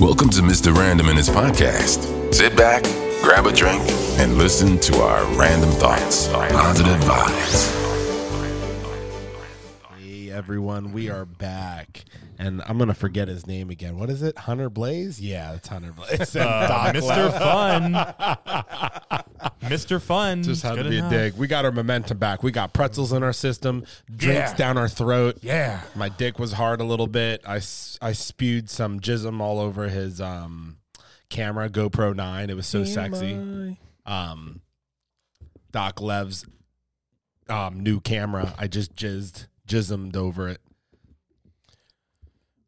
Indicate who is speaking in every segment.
Speaker 1: Welcome to Mr. Random and his podcast. Sit back, grab a drink, and listen to our random thoughts. Positive vibes.
Speaker 2: Hey everyone, we are back, and I'm gonna forget his name again. What is it? Hunter Blaze? Yeah, it's Hunter Blaze. And
Speaker 3: Uh,
Speaker 2: Doc
Speaker 3: Mr.
Speaker 2: Lowe.
Speaker 3: Fun. Mr. Fun.
Speaker 2: Just had
Speaker 3: Good
Speaker 2: to be
Speaker 3: enough.
Speaker 2: a dig. We got our momentum back. We got pretzels in our system, drinks
Speaker 3: Yeah.
Speaker 2: down our throat.
Speaker 3: Yeah.
Speaker 2: my dick was hard a little bit. I s- I spewed some jism all over his um camera GoPro nine. It was so sexy. Um, Doc Lev's um new camera. I just jizzed jismed over it.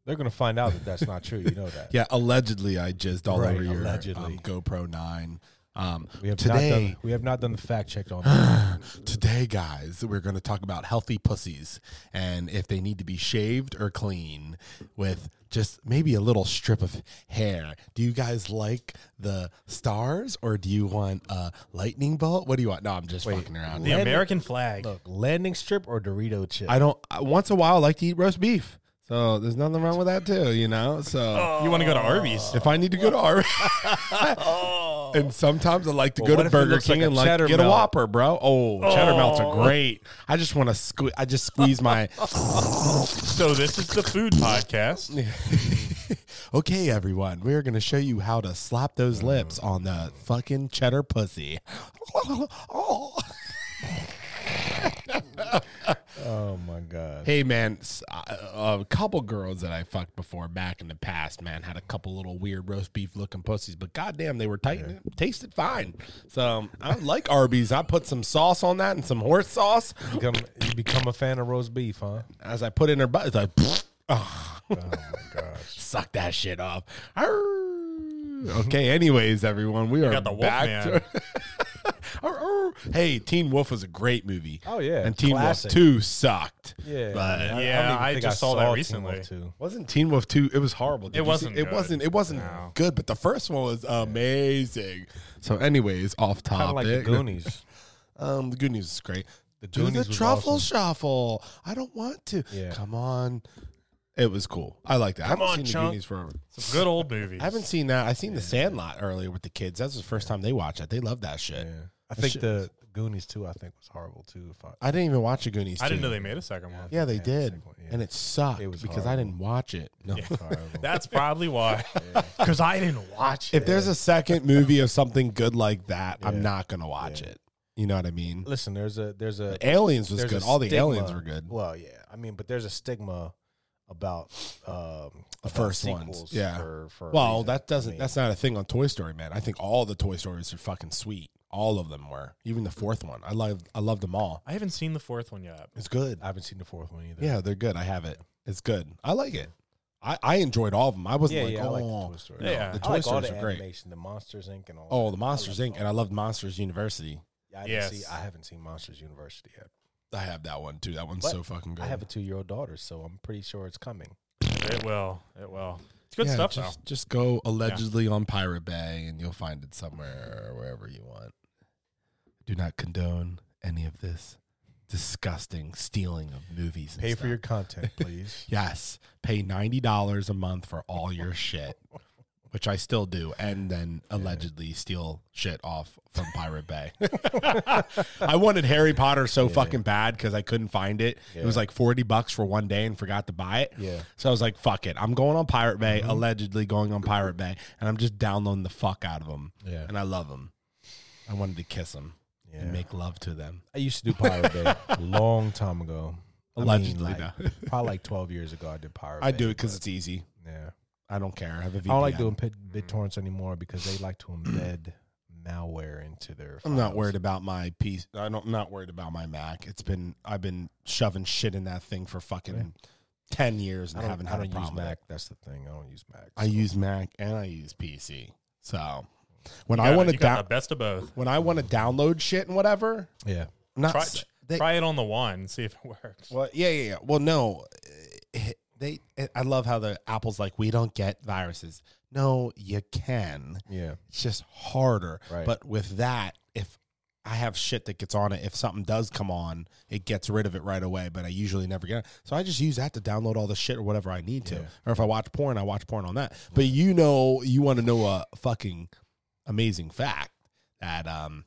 Speaker 4: They're gonna find out that that's not true. You know that.
Speaker 2: Yeah, allegedly I jizzed all
Speaker 4: Right,
Speaker 2: over your
Speaker 4: allegedly.
Speaker 2: um, GoPro nine. Um,
Speaker 4: We have
Speaker 2: today,
Speaker 4: not done. We have not done the fact check on that.
Speaker 2: today, guys, we're going to talk about healthy pussies and if they need to be shaved or clean with just maybe a little strip of hair. Do you guys like the stars or do you want a lightning bolt? What do you want? No, I'm just fucking around.
Speaker 3: The American flag.
Speaker 4: Look, landing strip or Dorito chip.
Speaker 2: I don't. I, once a while, I like to eat roast beef, so there's nothing wrong with that too. You know, so.
Speaker 3: You want to go to Arby's?
Speaker 2: If I need to go to Arby's, and sometimes I like to
Speaker 4: Oh.
Speaker 2: go
Speaker 4: Well, what
Speaker 2: to
Speaker 4: if it
Speaker 2: Burger
Speaker 4: looks
Speaker 2: King
Speaker 4: like a
Speaker 2: and like
Speaker 4: cheddar
Speaker 2: get a
Speaker 4: melt?
Speaker 2: Whopper, bro. Oh, cheddar melts are great. I just want to squeeze. I just squeeze my.
Speaker 3: So this is the food podcast.
Speaker 2: okay, everyone, we're gonna show you how to slap those lips on the fucking cheddar pussy. Oh.
Speaker 4: oh my god.
Speaker 2: Hey man, s- uh, a couple girls that I fucked before back in the past, man, had a couple little weird roast beef looking pussies, but goddamn, they were tight. and it Tasted fine. So um, I like Arby's. I put some sauce on that and some horse sauce.
Speaker 4: Become, you become a fan of roast beef, huh?
Speaker 2: As I put in her butt, it's like
Speaker 4: Oh my gosh.
Speaker 2: suck that shit off. Arr. Okay. Anyways, everyone, we are
Speaker 3: got the wolf
Speaker 2: back.
Speaker 3: man.
Speaker 2: to- Arr, arr. hey, Teen Wolf was a great movie.
Speaker 4: Oh, yeah,
Speaker 2: and Teen
Speaker 4: classic.
Speaker 2: Wolf Two sucked.
Speaker 4: Yeah.
Speaker 2: but
Speaker 4: I- I don't
Speaker 3: yeah,
Speaker 4: even
Speaker 3: I
Speaker 4: think
Speaker 3: just saw that
Speaker 4: Teen Wolf
Speaker 3: recently.
Speaker 4: Two.
Speaker 2: Wasn't Teen Wolf two? It was horrible. Did you
Speaker 3: It
Speaker 2: see-
Speaker 3: wasn't
Speaker 2: It
Speaker 3: good.
Speaker 2: wasn't. It wasn't
Speaker 3: No.
Speaker 2: good. But the first one was amazing. So, anyways, off
Speaker 4: Kind of
Speaker 2: topic.
Speaker 4: like the Goonies.
Speaker 2: Um, the good news is great. The
Speaker 4: Goonies
Speaker 2: Do the
Speaker 4: was
Speaker 2: truffle
Speaker 4: awesome.
Speaker 2: shuffle. I don't want to.
Speaker 4: Yeah.
Speaker 2: Come on. It was cool. I like that. I haven't
Speaker 3: on,
Speaker 2: seen
Speaker 3: Chunk.
Speaker 2: the Goonies forever.
Speaker 3: It's a good old movie.
Speaker 2: I haven't seen that. I seen the Sandlot earlier with the kids. That's the first time they watched it. They love that shit.
Speaker 4: yeah. I think
Speaker 2: shit-
Speaker 4: the Goonies too. I think was horrible too. If I,
Speaker 2: I didn't even watch the Goonies.
Speaker 3: I didn't
Speaker 2: 2.
Speaker 3: know they made a second one.
Speaker 2: Yeah, they
Speaker 4: Yeah, the
Speaker 2: did,
Speaker 4: second one, yeah.
Speaker 2: and it sucked
Speaker 4: It was
Speaker 2: because I
Speaker 4: horrible.
Speaker 2: didn't watch it. No.
Speaker 4: it's horrible.
Speaker 3: That's probably why. Because I didn't watch it.
Speaker 2: If there's a second movie of something good like that, I'm not gonna watch it. You know what I mean?
Speaker 4: Listen, there's a there's a
Speaker 2: Aliens was
Speaker 4: there's
Speaker 2: good.
Speaker 4: a
Speaker 2: All the
Speaker 4: stigma-
Speaker 2: aliens were good.
Speaker 4: Well, yeah. I mean, but there's a stigma about um
Speaker 2: The
Speaker 4: about
Speaker 2: first ones,
Speaker 4: sequels
Speaker 2: yeah.
Speaker 4: For, for a
Speaker 2: well,
Speaker 4: reason.
Speaker 2: that doesn't.
Speaker 4: I mean,
Speaker 2: that's not a thing on Toy Story, man. I think all the Toy Stories are fucking sweet. All of them were. Even the fourth one. I love. I love them all.
Speaker 3: I haven't seen the fourth one yet.
Speaker 2: It's good.
Speaker 4: I haven't seen the fourth one either.
Speaker 2: Yeah, they're good. I have it. It's good. I like it. I, I enjoyed all of them. I wasn't
Speaker 4: Yeah,
Speaker 2: like,
Speaker 4: yeah, I
Speaker 2: oh,
Speaker 4: like the Toy Story.
Speaker 2: no,
Speaker 3: Yeah.
Speaker 2: the
Speaker 4: I
Speaker 2: Toy
Speaker 4: like all
Speaker 2: Stories
Speaker 4: the
Speaker 2: are great.
Speaker 4: animation, the Monsters Inc. and all.
Speaker 2: Oh,
Speaker 4: that.
Speaker 2: the Monsters
Speaker 4: I love
Speaker 2: Inc. And I loved Monsters University.
Speaker 4: I haven't,
Speaker 3: Yes.
Speaker 4: seen, I haven't seen Monsters University yet.
Speaker 2: I have that one too. That one's
Speaker 4: But
Speaker 2: so fucking good.
Speaker 4: I have a two-year-old daughter, so I'm pretty sure it's coming.
Speaker 3: It will. It will. It's good
Speaker 2: Yeah,
Speaker 3: stuff,
Speaker 2: Just, just go allegedly on Pirate Bay, and you'll find it somewhere or wherever you want. Do not condone any of this disgusting stealing of movies. and
Speaker 4: Pay
Speaker 2: stuff.
Speaker 4: for your content, please.
Speaker 2: yes. Pay ninety dollars a month for all your shit, which I still do, and then allegedly steal shit off from Pirate Bay. I wanted Harry Potter so fucking bad because I couldn't find it. It was
Speaker 4: Yeah.
Speaker 2: like forty bucks for one day, and forgot to buy it.
Speaker 4: Yeah.
Speaker 2: So I was like, "Fuck it, I'm going on Pirate Bay."
Speaker 4: Mm-hmm.
Speaker 2: Allegedly going on Pirate Bay, and I'm just downloading the fuck out of them.
Speaker 4: Yeah.
Speaker 2: And I love them. I wanted to kiss them
Speaker 4: Yeah.
Speaker 2: and make love to them.
Speaker 4: I used to do Pirate Bay a long time ago. I mean,
Speaker 2: Allegedly,
Speaker 4: like,
Speaker 2: though.
Speaker 4: probably like 12 years ago, I did Pirate
Speaker 2: I
Speaker 4: Bay,
Speaker 2: do it because
Speaker 4: but,
Speaker 2: it's easy.
Speaker 4: yeah.
Speaker 2: I don't care. I have a
Speaker 4: I don't like
Speaker 2: VPN.
Speaker 4: doing bit,
Speaker 2: Mm.
Speaker 4: BitTorrents anymore because they like to embed malware into their.
Speaker 2: I'm not
Speaker 4: files.
Speaker 2: worried about my piece. I don't, I'm not worried about my Mac. It's been I've been shoving shit in that thing for fucking ten years
Speaker 4: I
Speaker 2: and
Speaker 4: don't,
Speaker 2: haven't
Speaker 4: I
Speaker 2: had a
Speaker 4: don't use
Speaker 2: problem. with it.
Speaker 4: Mac. That's the thing. I don't use Mac.
Speaker 2: I
Speaker 4: so-
Speaker 2: use Mac and I use PC. So when
Speaker 3: though.
Speaker 2: I want
Speaker 3: You
Speaker 2: to
Speaker 3: got
Speaker 2: da-
Speaker 3: the best of both.
Speaker 2: when I want to download shit and whatever,
Speaker 4: yeah.
Speaker 2: I'm not
Speaker 3: Try,
Speaker 2: s- they-
Speaker 3: try it on the one, see if it works.
Speaker 2: Well, yeah, yeah, yeah. Well, no, eh, they. eh, I love how the Apple's like we don't get viruses. No, you can.
Speaker 4: Yeah.
Speaker 2: It's just harder.
Speaker 4: Right.
Speaker 2: But with that, if I have shit that gets on it. If something does come on, it gets rid of it right away. But I usually never get it. So I just use that to download all the shit or whatever I need to. Or if I watch porn, I watch porn on that. But you know, you want to know a fucking amazing fact that um,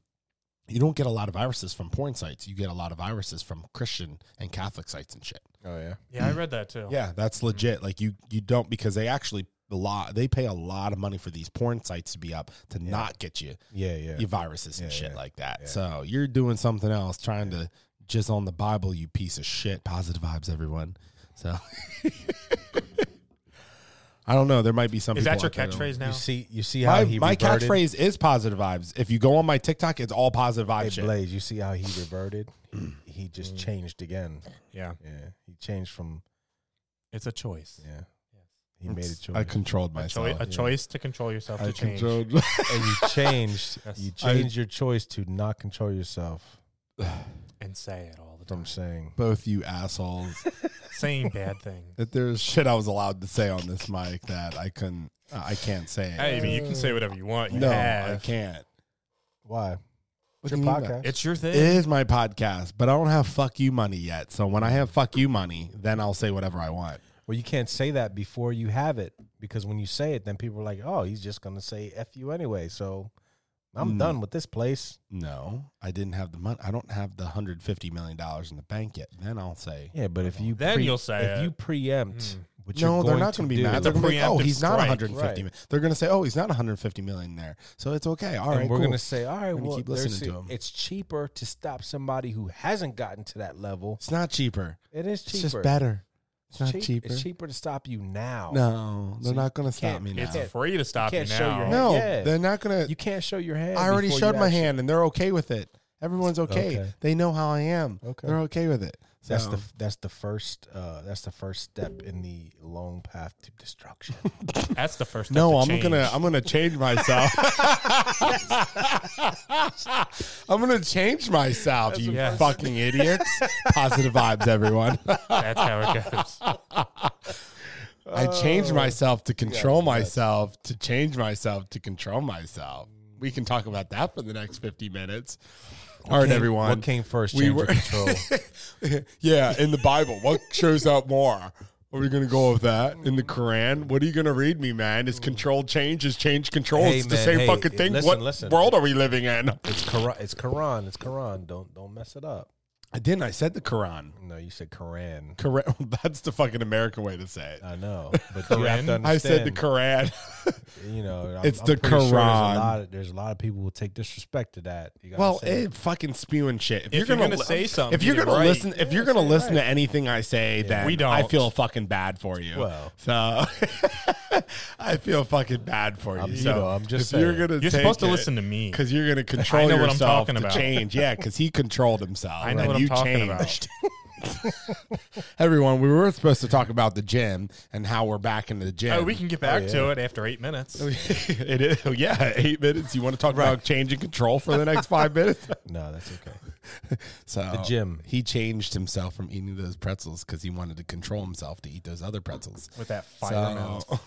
Speaker 2: you don't get a lot of viruses from porn sites. You get a lot of viruses from Christian and Catholic sites and shit.
Speaker 4: Oh yeah.
Speaker 3: Yeah, I read that too.
Speaker 2: Yeah, that's legit. Like you, you don't because they actually a lot they pay a lot of money for these porn sites to be up to not get you
Speaker 4: Yeah, yeah.
Speaker 2: your viruses and
Speaker 4: Yeah,
Speaker 2: shit
Speaker 4: yeah,
Speaker 2: like that.
Speaker 4: yeah.
Speaker 2: So you're doing something else, trying to just on the Bible, you piece of shit. Positive vibes, everyone. So I don't know. There might be some.
Speaker 3: Is that
Speaker 2: people
Speaker 3: your
Speaker 2: out there
Speaker 3: catchphrase
Speaker 2: that-
Speaker 3: now?
Speaker 4: You see you see how
Speaker 2: My,
Speaker 4: he
Speaker 2: my
Speaker 4: reverted?
Speaker 2: catchphrase is positive vibes. If you go on my TikTok, it's all positive
Speaker 4: Hey,
Speaker 2: vibes. shit.
Speaker 4: Blaze, you see how he reverted? He- he just
Speaker 2: Mm.
Speaker 4: changed again.
Speaker 3: Yeah.
Speaker 4: Yeah. He changed from
Speaker 3: It's a choice.
Speaker 4: yeah. He made a choice.
Speaker 2: I controlled
Speaker 3: A, choi-
Speaker 2: myself.
Speaker 3: a choice to control yourself
Speaker 2: I
Speaker 3: to change.
Speaker 2: controlled.
Speaker 4: and you changed
Speaker 3: Yes.
Speaker 4: you changed your choice to not control yourself
Speaker 3: and say it all the time.
Speaker 4: from saying
Speaker 2: Both you assholes.
Speaker 3: Saying bad things.
Speaker 2: That there's shit I was allowed to say on this mic that I couldn't. I can't say.
Speaker 3: Hey, I mean, you can say whatever you want. You
Speaker 2: no, I
Speaker 3: have.
Speaker 2: can't.
Speaker 4: why? It's
Speaker 2: do
Speaker 4: your
Speaker 2: you mean by-
Speaker 4: podcast.
Speaker 3: It's your thing.
Speaker 2: It is my podcast, but I don't have fuck you money yet. So when I have fuck you money, then I'll say whatever I want.
Speaker 4: Well, you can't say that before you have it because when you say it, then people are like, "Oh, he's just gonna say f you anyway." So I'm
Speaker 2: Mm.
Speaker 4: done with this place.
Speaker 2: No, I didn't have the money. I don't have the hundred fifty million dollars in the bank yet. Then I'll say.
Speaker 4: Yeah, but if you
Speaker 3: Then you'll say
Speaker 4: if
Speaker 3: it.
Speaker 4: you preempt,
Speaker 3: Mm.
Speaker 4: which
Speaker 2: No,
Speaker 4: you're
Speaker 2: they're
Speaker 4: going
Speaker 2: not
Speaker 4: to
Speaker 2: going to be
Speaker 4: do,
Speaker 2: mad.
Speaker 3: It's a
Speaker 2: They're going to be, oh,
Speaker 3: preemptive
Speaker 2: he's not
Speaker 3: strike,
Speaker 2: 150
Speaker 4: right.
Speaker 2: million. They're going to say, oh, he's not 150 million there. So it's okay. All
Speaker 4: and
Speaker 2: right,
Speaker 4: we're
Speaker 2: cool.
Speaker 4: going to say, "All right,
Speaker 2: I'm gonna
Speaker 4: well,
Speaker 2: keep listening
Speaker 4: there's-
Speaker 2: to him.
Speaker 4: it's cheaper to stop somebody who hasn't gotten to that level.
Speaker 2: It's not cheaper.
Speaker 4: It is cheaper.
Speaker 2: It's just better. It's not
Speaker 4: cheap-
Speaker 2: cheaper.
Speaker 4: It's cheaper to stop you now.
Speaker 2: No, they're
Speaker 4: So
Speaker 2: not going to
Speaker 4: you
Speaker 2: stop
Speaker 4: can't-
Speaker 2: me now.
Speaker 4: you
Speaker 3: It's free to stop you,
Speaker 4: can't
Speaker 3: now.
Speaker 4: show your hand.
Speaker 2: No,
Speaker 4: Yeah.
Speaker 2: they're not going
Speaker 4: you
Speaker 2: to.
Speaker 4: can't show your hand.
Speaker 2: I already
Speaker 4: before
Speaker 2: showed
Speaker 4: you
Speaker 2: my
Speaker 4: actually-
Speaker 2: hand, and they're okay with it. Everyone's okay.
Speaker 4: Okay.
Speaker 2: They know how I am.
Speaker 4: Okay.
Speaker 2: They're okay with it.
Speaker 4: That's
Speaker 2: So-
Speaker 4: the that's the first uh, that's the first step in the long path to destruction.
Speaker 3: That's the first.
Speaker 2: No, I'm
Speaker 3: step to change.
Speaker 2: gonna I'm gonna change myself. I'm gonna change myself, you
Speaker 3: Yes.
Speaker 2: fucking idiots. Positive vibes, everyone.
Speaker 3: That's how it goes.
Speaker 2: I
Speaker 4: Oh.
Speaker 2: changed myself to control myself, to change myself, to control myself. We can talk about that for the next 50 minutes. All right,
Speaker 4: came-
Speaker 2: everyone.
Speaker 4: what came first,
Speaker 2: We
Speaker 4: change or
Speaker 2: were-
Speaker 4: control?
Speaker 2: yeah, in the Bible, what shows up more? Are we gonna go with that in the Quran? What are you gonna read me, man? Is control change? Is change control?
Speaker 4: Hey,
Speaker 2: it's the
Speaker 4: man,
Speaker 2: same
Speaker 4: hey,
Speaker 2: fucking thing.
Speaker 4: listen,
Speaker 2: what
Speaker 4: listen.
Speaker 2: world are we living in?
Speaker 4: It's Quran. It's Quran. It's Quran. Don't don't mess it up.
Speaker 2: I didn't. I said the Quran.
Speaker 4: No, you said Quran.
Speaker 2: Quran. That's the fucking American way to say it.
Speaker 4: I know, but you have to
Speaker 3: Quran?
Speaker 4: understand.
Speaker 2: I said the Quran.
Speaker 4: You know, I'm,
Speaker 2: It's
Speaker 4: I'm
Speaker 2: the
Speaker 4: pretty sure there's a
Speaker 2: Quran.
Speaker 4: lot of- there's a lot of people who take disrespect to that. You gotta
Speaker 2: well,
Speaker 4: say
Speaker 2: it fucking spewing shit.
Speaker 3: eh, If you're gonna say something,
Speaker 2: if you're
Speaker 3: get it
Speaker 2: gonna
Speaker 3: right.
Speaker 2: listen, if you're gonna listen to anything I say, then
Speaker 3: We don't.
Speaker 2: I feel fucking bad for you.
Speaker 4: Well.
Speaker 2: so I feel fucking bad for you.
Speaker 4: I'm- you
Speaker 2: so
Speaker 4: know, I'm just
Speaker 2: if you're
Speaker 4: saying.
Speaker 2: gonna
Speaker 3: You're supposed to listen to me.
Speaker 2: because you're gonna control
Speaker 3: know what I'm
Speaker 2: yourself
Speaker 3: talking
Speaker 2: to
Speaker 3: about.
Speaker 2: change. Yeah, because he controlled himself.
Speaker 3: I know
Speaker 2: and
Speaker 3: what I'm
Speaker 2: you
Speaker 3: talking about.
Speaker 2: changed. Everyone, we were supposed to talk about the gym and how we're back into the gym.
Speaker 3: Oh, we can get back to it after eight
Speaker 2: Oh,
Speaker 3: minutes.
Speaker 2: it is, oh, yeah, eight minutes. You want to talk about change and control for the next five minutes?
Speaker 4: no, that's okay.
Speaker 2: So the
Speaker 4: gym.
Speaker 2: he changed himself from eating those pretzels because he wanted to control himself to eat those other pretzels.
Speaker 3: With that fire
Speaker 2: So,
Speaker 3: mouth.
Speaker 4: Well,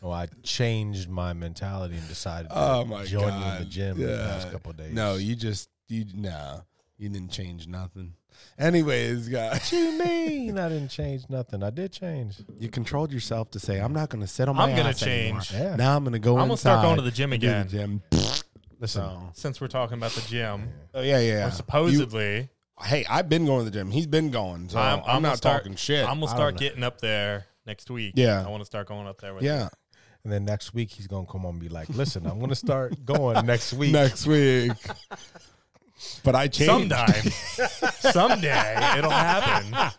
Speaker 4: Oh, I changed my mentality and decided. to
Speaker 2: oh my
Speaker 4: join you in
Speaker 2: god,
Speaker 4: the gym the past couple of days.
Speaker 2: No, you just you no, you didn't change nothing. Anyways, guys,
Speaker 4: What do you mean? I didn't change nothing. I did change.
Speaker 2: you controlled yourself to say I'm not going to sit on my.
Speaker 3: I'm gonna
Speaker 2: ass anymore.
Speaker 3: change.
Speaker 4: Yeah.
Speaker 2: Now I'm going to go.
Speaker 3: I'm gonna start
Speaker 2: inside
Speaker 3: going to the gym
Speaker 2: and do
Speaker 3: again.
Speaker 2: gym.
Speaker 4: Listen,
Speaker 3: Since we're talking about the gym,
Speaker 2: Oh yeah, yeah. yeah. You-
Speaker 3: supposedly
Speaker 2: hey, I've been going to the gym. He's been going. So I'm,
Speaker 3: gonna
Speaker 2: not
Speaker 3: start-
Speaker 2: talking shit.
Speaker 3: I'm gonna start getting up there next week.
Speaker 2: Yeah.
Speaker 3: I want to start going up there with
Speaker 2: yeah.
Speaker 4: and then next week he's gonna come on and be like, "Listen, I'm gonna start going next week."
Speaker 2: Next week. but I
Speaker 3: you.
Speaker 2: changed.
Speaker 3: Sometime, someday it'll happen.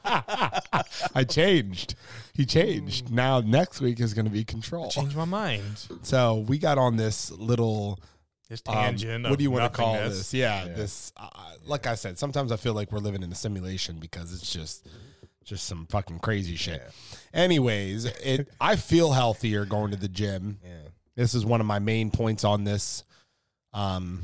Speaker 2: I changed. He changed. Now next week is going to be control.
Speaker 3: Change my mind.
Speaker 2: So we got on this little.
Speaker 3: This
Speaker 2: um,
Speaker 3: tangent.
Speaker 2: what do you
Speaker 3: want to
Speaker 2: call this? Yeah, this. Uh, like I said, sometimes I feel like we're living in a simulation because it's just, just some fucking crazy shit. Anyways, it. I feel healthier going to the gym.
Speaker 4: Yeah.
Speaker 2: This is one of my main points on this um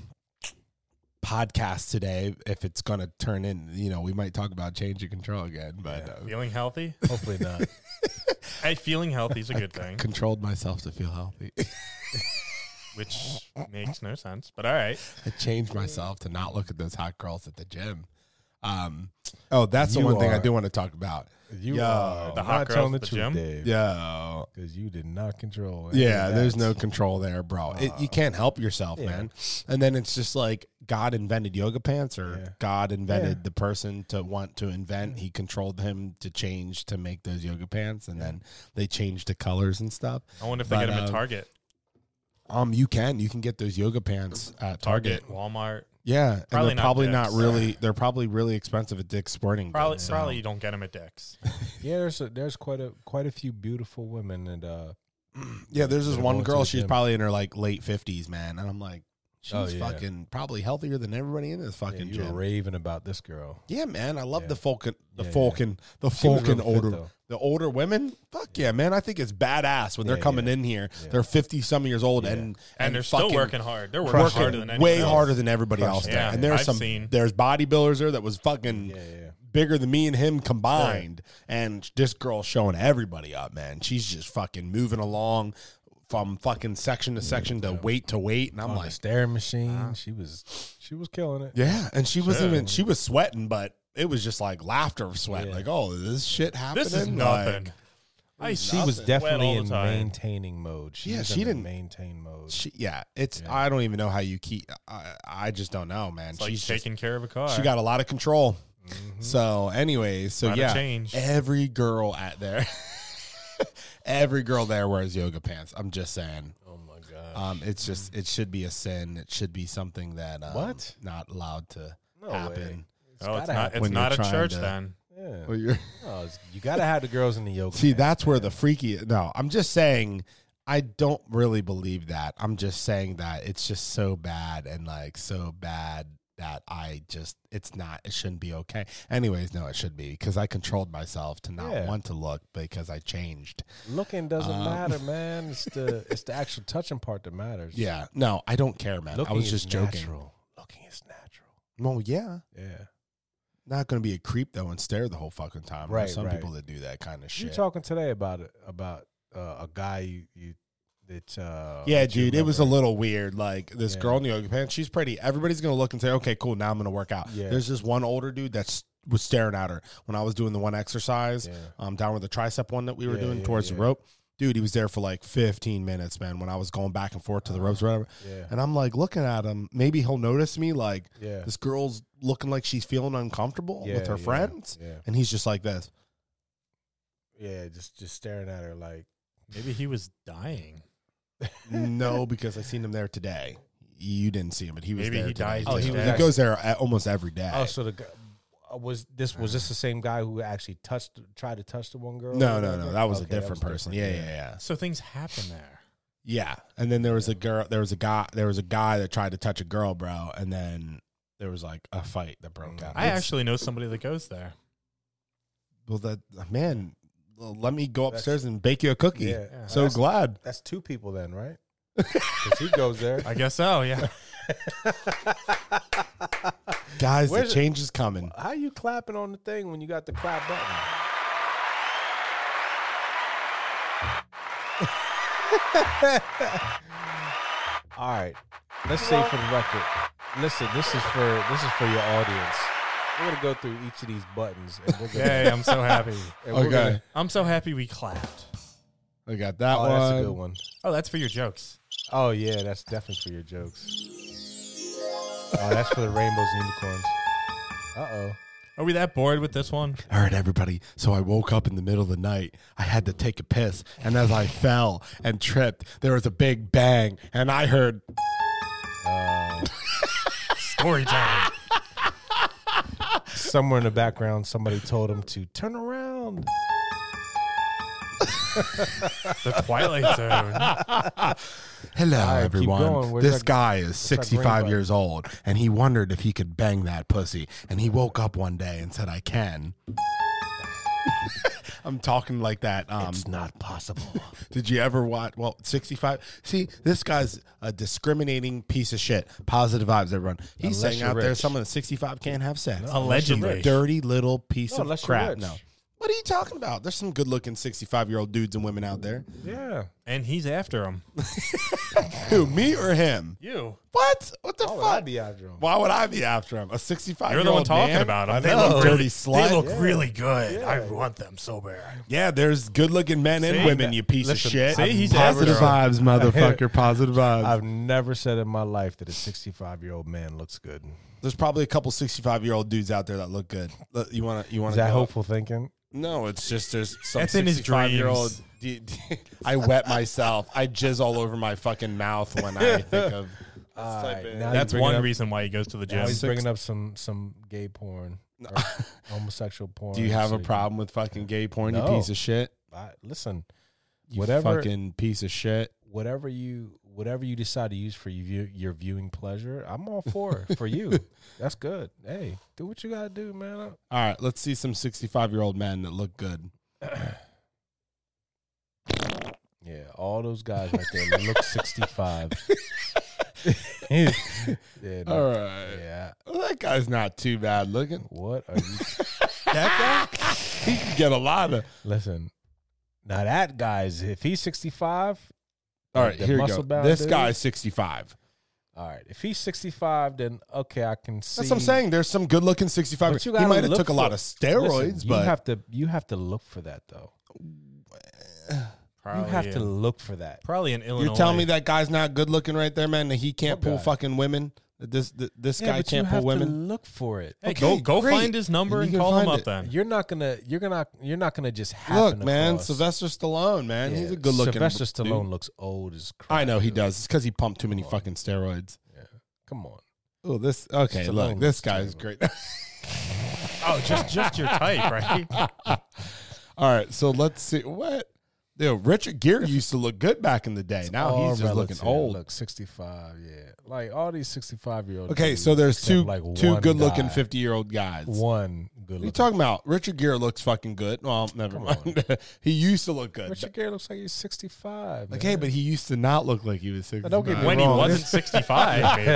Speaker 2: podcast today. If it's going to turn in, you know, we might talk about change of control again, but uh,
Speaker 3: Feeling healthy?
Speaker 4: Hopefully not.
Speaker 3: Hey, feeling healthy is a good thing.
Speaker 2: controlled myself to feel healthy.
Speaker 3: which makes no sense. But all right,
Speaker 2: I changed myself to not look at those hot girls at the gym. Um,
Speaker 5: Oh, that's the
Speaker 4: You
Speaker 5: one thing I
Speaker 4: are-
Speaker 5: do want to talk about.
Speaker 4: You
Speaker 5: Yo,
Speaker 4: are
Speaker 3: the hot
Speaker 4: not telling
Speaker 3: girls
Speaker 4: the
Speaker 3: at the gym?
Speaker 4: truth, Dave.
Speaker 5: Yo,
Speaker 4: Because you did not control. any
Speaker 2: yeah,
Speaker 4: of
Speaker 2: there's
Speaker 4: that. Uh,
Speaker 2: no control there, bro. it, you can't help yourself,
Speaker 4: Yeah.
Speaker 2: man. And then it's just like God invented yoga pants, or
Speaker 4: Yeah.
Speaker 2: God invented
Speaker 4: Yeah.
Speaker 2: the person to want to invent. He controlled him to change to make those yoga pants, and then they changed the colors and stuff.
Speaker 3: I wonder if they
Speaker 2: But,
Speaker 3: get them at
Speaker 2: um,
Speaker 3: Target,
Speaker 2: Um, you can you can get those yoga pants at Target.
Speaker 3: Target, Walmart.
Speaker 2: Yeah, and
Speaker 3: Probably
Speaker 2: they're
Speaker 3: not
Speaker 2: probably
Speaker 3: Dick's.
Speaker 2: not really. They're probably really expensive at Dick's Sporting Goods.
Speaker 3: Probably,
Speaker 2: so-
Speaker 3: probably you don't get them at Dick's.
Speaker 4: Yeah, there's a, there's quite a quite a few beautiful women and uh.
Speaker 2: Yeah, there's this
Speaker 4: They're
Speaker 2: one
Speaker 4: going to
Speaker 2: girl.
Speaker 4: the
Speaker 2: She's
Speaker 4: gym.
Speaker 2: probably in her like late fifties, man. And I'm like, she's
Speaker 4: Oh, yeah.
Speaker 2: fucking probably healthier than everybody in this
Speaker 4: Yeah,
Speaker 2: fucking
Speaker 4: you were
Speaker 2: gym.
Speaker 4: raving about this girl.
Speaker 2: Yeah, man. I love
Speaker 4: Yeah.
Speaker 2: the Falcon, the
Speaker 4: Yeah, yeah.
Speaker 2: Falcon, the
Speaker 4: She was
Speaker 2: Falcon
Speaker 4: really fit,
Speaker 2: older,
Speaker 4: though.
Speaker 2: the older women. Fuck yeah, man. I think it's badass when they're
Speaker 4: Yeah,
Speaker 2: coming
Speaker 4: yeah.
Speaker 2: in here.
Speaker 4: Yeah.
Speaker 2: They're fifty some years old and, and
Speaker 3: And they're still
Speaker 2: fucking
Speaker 3: working hard. They're working
Speaker 2: Working
Speaker 3: harder than anyone
Speaker 2: way
Speaker 3: else.
Speaker 2: harder than everybody
Speaker 4: Crushing
Speaker 2: else
Speaker 4: it.
Speaker 2: there,
Speaker 3: Yeah,
Speaker 2: and there's
Speaker 3: I've
Speaker 2: some
Speaker 3: seen.
Speaker 2: there's bodybuilders there that was fucking
Speaker 4: Yeah, yeah.
Speaker 2: bigger than me and him combined. And this girl's showing everybody up, man. She's just fucking moving along from fucking section to section to weight to weight. And I'm
Speaker 4: On the
Speaker 2: like,
Speaker 4: staring machine, she was she was killing it.
Speaker 2: yeah. And she wasn't
Speaker 3: Yeah.
Speaker 2: even, she was sweating, but it was just like laughter of sweat.
Speaker 4: Yeah.
Speaker 2: Like, oh, this shit happening.
Speaker 3: This is
Speaker 2: Like,
Speaker 3: nothing. I
Speaker 4: She was
Speaker 3: sweat
Speaker 4: definitely
Speaker 3: all the
Speaker 4: in
Speaker 3: time.
Speaker 4: maintaining mode. She
Speaker 2: Yeah,
Speaker 4: was
Speaker 2: she
Speaker 4: in the
Speaker 2: didn't-
Speaker 4: maintain mode.
Speaker 2: she, yeah. It's, I don't even know how you keep, I, I just don't know, man.
Speaker 3: It's like
Speaker 2: She's just-
Speaker 3: taking care of a car.
Speaker 2: she got a lot of control. So, anyways, so
Speaker 3: Lot of
Speaker 2: yeah,
Speaker 3: change.
Speaker 2: every girl at there, every girl there wears yoga pants. I'm just saying.
Speaker 4: Oh my god!
Speaker 2: Um, it's just it should be a sin. It should be something that um,
Speaker 4: What?
Speaker 2: not allowed to
Speaker 4: No
Speaker 2: happen.
Speaker 3: Oh, it's
Speaker 4: gotta
Speaker 3: not.
Speaker 4: happen
Speaker 3: It's
Speaker 2: when you're
Speaker 3: not a
Speaker 2: trying
Speaker 3: church
Speaker 2: to-
Speaker 3: then.
Speaker 4: Yeah,
Speaker 2: Well, you're-
Speaker 4: No, it's- you gotta have the girls in the yoga.
Speaker 2: see,
Speaker 4: pants,
Speaker 2: that's where
Speaker 4: man.
Speaker 2: the freaky. No, I'm just saying. I don't really believe that. I'm just saying that it's just so bad and like so bad that I just it's not. It shouldn't be okay. Anyways, no, it should be because I controlled myself to not
Speaker 4: Yeah.
Speaker 2: want to look because I changed.
Speaker 4: looking doesn't
Speaker 2: Um,
Speaker 4: matter, man. It's the it's the actual touching part that matters.
Speaker 2: Yeah, no, I don't care, man.
Speaker 4: looking
Speaker 2: I was
Speaker 4: is
Speaker 2: just joking.
Speaker 4: Natural. Looking is natural.
Speaker 2: Well, yeah.
Speaker 4: Yeah.
Speaker 2: not going to be a creep though and stare the whole fucking time. Right.
Speaker 4: Right,
Speaker 2: There's some
Speaker 4: right.
Speaker 2: people that do that kind of
Speaker 4: You
Speaker 2: shit.
Speaker 4: were talking today about it about uh, a guy you, you that uh
Speaker 2: yeah,
Speaker 4: that you
Speaker 2: dude, it was a
Speaker 4: remember.
Speaker 2: little weird. Like this
Speaker 4: Yeah.
Speaker 2: girl in the yoga pants, she's pretty. Everybody's going to look and say, "Okay, cool. Now I'm going to work out."
Speaker 4: Yeah.
Speaker 2: There's this one older dude that's was staring at her when I was doing the one exercise,
Speaker 4: Yeah.
Speaker 2: um, down with the tricep one that we were
Speaker 4: Yeah,
Speaker 2: doing
Speaker 4: yeah,
Speaker 2: towards the
Speaker 4: yeah.
Speaker 2: rope. Dude, he was there for like 15 minutes, man. When I was going back and forth to the ropes, or
Speaker 4: Uh-huh.
Speaker 2: whatever.
Speaker 4: Yeah.
Speaker 2: And I'm like looking at him. Maybe he'll notice me. Like
Speaker 4: Yeah.
Speaker 2: this girl's looking like she's feeling uncomfortable
Speaker 4: Yeah,
Speaker 2: with her
Speaker 4: yeah,
Speaker 2: friends,
Speaker 4: Yeah.
Speaker 2: and he's just like this.
Speaker 4: Yeah, just just staring at her like
Speaker 3: Maybe he was dying.
Speaker 2: no, because I seen him there today. You didn't see him, but he was
Speaker 3: Maybe
Speaker 2: there
Speaker 3: he
Speaker 2: today.
Speaker 3: dies Oh,
Speaker 2: he,
Speaker 3: he
Speaker 4: today. was actually-
Speaker 2: goes there a- almost every day.
Speaker 4: Oh, so the gu- uh, was this was this the same guy who actually touched tried to touch the one girl?
Speaker 2: no, no,
Speaker 4: or
Speaker 2: no.
Speaker 4: whatever?
Speaker 2: That was
Speaker 4: Okay,
Speaker 2: a different person. Yeah, yeah, yeah,
Speaker 3: So things happen there.
Speaker 2: yeah. And then there was a girl. There was a guy. There was a guy that tried to touch a girl, bro. And then there was like a fight that
Speaker 4: Mm.
Speaker 2: broke out.
Speaker 3: I
Speaker 2: It's-
Speaker 3: actually know somebody that goes there.
Speaker 2: well, that man. well, Let me go upstairs and bake you a cookie.
Speaker 4: Yeah. Yeah.
Speaker 2: So
Speaker 4: That's-
Speaker 2: glad.
Speaker 4: That's two people then, right? 'Cause he goes there.
Speaker 3: I guess so. Yeah.
Speaker 2: Guys, the
Speaker 4: Where's-
Speaker 2: change is coming.
Speaker 4: How you clapping on the thing when you got the clap button? All right. Let's say for the record. Listen, this is for this is for your audience. We're gonna go through each of these buttons and we're gonna,
Speaker 3: Yay! I'm so happy.
Speaker 4: and we're
Speaker 2: Okay.
Speaker 4: gonna-
Speaker 3: I'm so happy we clapped.
Speaker 2: I got that
Speaker 4: oh,
Speaker 2: one.
Speaker 4: that's a good one.
Speaker 3: Oh, that's for your jokes.
Speaker 4: Oh yeah, that's definitely for your jokes. Oh, that's for the rainbows and unicorns. Uh oh.
Speaker 3: Are we that bored with this one?
Speaker 2: All right, everybody. So I woke up in the middle of the night. I had to take a piss. And as I fell and tripped, there was a big bang. And I heard,
Speaker 3: Story time.
Speaker 4: Somewhere in the background, somebody told him to turn around.
Speaker 3: the Twilight Zone.
Speaker 2: Hello,
Speaker 4: right, keep going.
Speaker 2: everyone.
Speaker 4: Where's
Speaker 2: This
Speaker 4: that-
Speaker 2: guy is
Speaker 4: that green
Speaker 2: 65
Speaker 4: button?
Speaker 2: years old. And he wondered if he could bang that pussy. And he woke up one day and said, I can. I'm talking like that. Um,
Speaker 4: not possible.
Speaker 2: Did you ever watch? Well, 65. See, this guy's a discriminating piece of shit. Positive vibes, everyone. He's
Speaker 4: Unless
Speaker 2: saying
Speaker 4: you're
Speaker 2: out there
Speaker 4: rich.
Speaker 2: someone at 65 can't have sex.
Speaker 3: Allegedly.
Speaker 2: Dirty little piece
Speaker 4: No,
Speaker 2: of
Speaker 4: unless you're
Speaker 2: crap.
Speaker 4: rich.
Speaker 2: No. What are you talking about? There's some good looking 65 year old dudes and women out there.
Speaker 4: Yeah.
Speaker 3: And he's after him.
Speaker 2: Who, me or him?
Speaker 3: You.
Speaker 2: What? What the
Speaker 4: Why would I
Speaker 2: fuck?
Speaker 4: be after him?
Speaker 2: Why would I be after him? A 65
Speaker 3: You're
Speaker 2: year
Speaker 3: the one
Speaker 2: old
Speaker 3: talking
Speaker 2: man?
Speaker 3: about
Speaker 2: I
Speaker 3: them. They
Speaker 2: know,
Speaker 3: look,
Speaker 2: dirty
Speaker 3: really,
Speaker 2: slut.
Speaker 3: they look really good. I want them so bad.
Speaker 2: Yeah, there's good looking men and
Speaker 3: See?
Speaker 2: women, you piece
Speaker 3: Listen,
Speaker 2: of shit.
Speaker 3: see, he's
Speaker 2: positive vibes, motherfucker. Positive vibes.
Speaker 4: I've never said in my life that a 65 year old man looks good.
Speaker 2: there's probably a couple 65 year old dudes out there that look good. Look, You want to, you want
Speaker 4: Is
Speaker 2: to
Speaker 4: that hopeful thinking?
Speaker 2: No, it's just there's some
Speaker 3: That's in his
Speaker 2: 65 year old.
Speaker 3: dreams.
Speaker 2: D- d- I wet myself. I jizz all over my fucking mouth when I think of.
Speaker 4: All
Speaker 2: type
Speaker 4: right,
Speaker 2: in-
Speaker 4: now you
Speaker 3: That's
Speaker 4: bring it
Speaker 3: one
Speaker 4: up-
Speaker 3: reason why he goes to the
Speaker 4: Now
Speaker 3: gym.
Speaker 4: he's bringing up some some gay porn, or homosexual porn.
Speaker 2: Do you have
Speaker 4: so
Speaker 2: a problem with fucking gay porn? You
Speaker 4: No.
Speaker 2: piece of shit.
Speaker 4: I- listen,
Speaker 2: You
Speaker 4: Whatever-
Speaker 2: fucking piece of shit.
Speaker 4: whatever you whatever you decide to use for your view, your viewing pleasure, I'm all for it, for you. That's good. Hey, do what you gotta do, man. I-
Speaker 2: All right, let's see some 65 year old men that look good.
Speaker 4: Yeah, all those guys right there look 65. yeah, no.
Speaker 2: All right.
Speaker 4: yeah.
Speaker 2: Well, that guy's not too bad looking.
Speaker 4: What are you?
Speaker 2: That guy? he can get a lot of.
Speaker 4: Listen, now that guy's if he's 65.
Speaker 2: All right,
Speaker 4: The
Speaker 2: here you go.
Speaker 4: muscle-bound
Speaker 2: This
Speaker 4: dude?
Speaker 2: guy's 65.
Speaker 4: All right, if he's 65, then okay, I can see.
Speaker 2: That's what I'm saying. There's some good looking 65.
Speaker 4: But
Speaker 2: He
Speaker 4: you gotta
Speaker 2: might have
Speaker 4: look
Speaker 2: took a
Speaker 4: for-
Speaker 2: lot of steroids,
Speaker 4: Listen,
Speaker 2: but
Speaker 4: you have to you have to look for that though.
Speaker 2: Oh,
Speaker 4: you have to
Speaker 3: in-
Speaker 4: look for that.
Speaker 3: Probably in Illinois.
Speaker 2: You're telling me that guy's not good looking right there, man. That he can't
Speaker 4: What
Speaker 2: pull
Speaker 4: guy?
Speaker 2: fucking women. That this th- this guy
Speaker 4: but you
Speaker 2: can't pull
Speaker 4: have To
Speaker 2: women.
Speaker 4: look for it.
Speaker 3: Hey,
Speaker 2: Okay,
Speaker 3: go go
Speaker 2: great.
Speaker 3: find his number
Speaker 2: And
Speaker 3: and,
Speaker 2: you can
Speaker 3: call him
Speaker 2: find
Speaker 3: up
Speaker 2: it.
Speaker 3: then.
Speaker 4: You're not gonna. You're gonna. You're not gonna just happen.
Speaker 2: Look, man,
Speaker 4: across-
Speaker 2: Sylvester Stallone, man, he's
Speaker 4: Yeah,
Speaker 2: a good looking.
Speaker 4: Sylvester Stallone looks old as crap.
Speaker 2: I know he does. It's because he pumped too many fucking steroids.
Speaker 4: Come on.
Speaker 2: Oh, this okay.
Speaker 4: Stallone
Speaker 2: look, this
Speaker 4: looks
Speaker 2: guy's great.
Speaker 3: oh, just just your type, right?
Speaker 2: All right, so let's see what. Yo, Richard Gere used to look good back in the day. Now
Speaker 4: All
Speaker 2: he's just
Speaker 4: relative.
Speaker 2: looking old.
Speaker 4: Oh, Look, 65. Yeah, like all these 65 year old.
Speaker 2: okay, so there's two two good looking
Speaker 4: fifty.
Speaker 2: fifty year old guys.
Speaker 4: one
Speaker 2: What are
Speaker 4: good
Speaker 2: you
Speaker 4: looking.
Speaker 2: talking about? Richard Gere looks fucking good. Well, never
Speaker 4: Come
Speaker 2: mind. he used to look good.
Speaker 4: Richard Gere looks like he's 65.
Speaker 2: Okay, but he used to not look like he was 65.
Speaker 4: don't get me
Speaker 3: when he
Speaker 4: wrong.
Speaker 3: wasn't 65, maybe.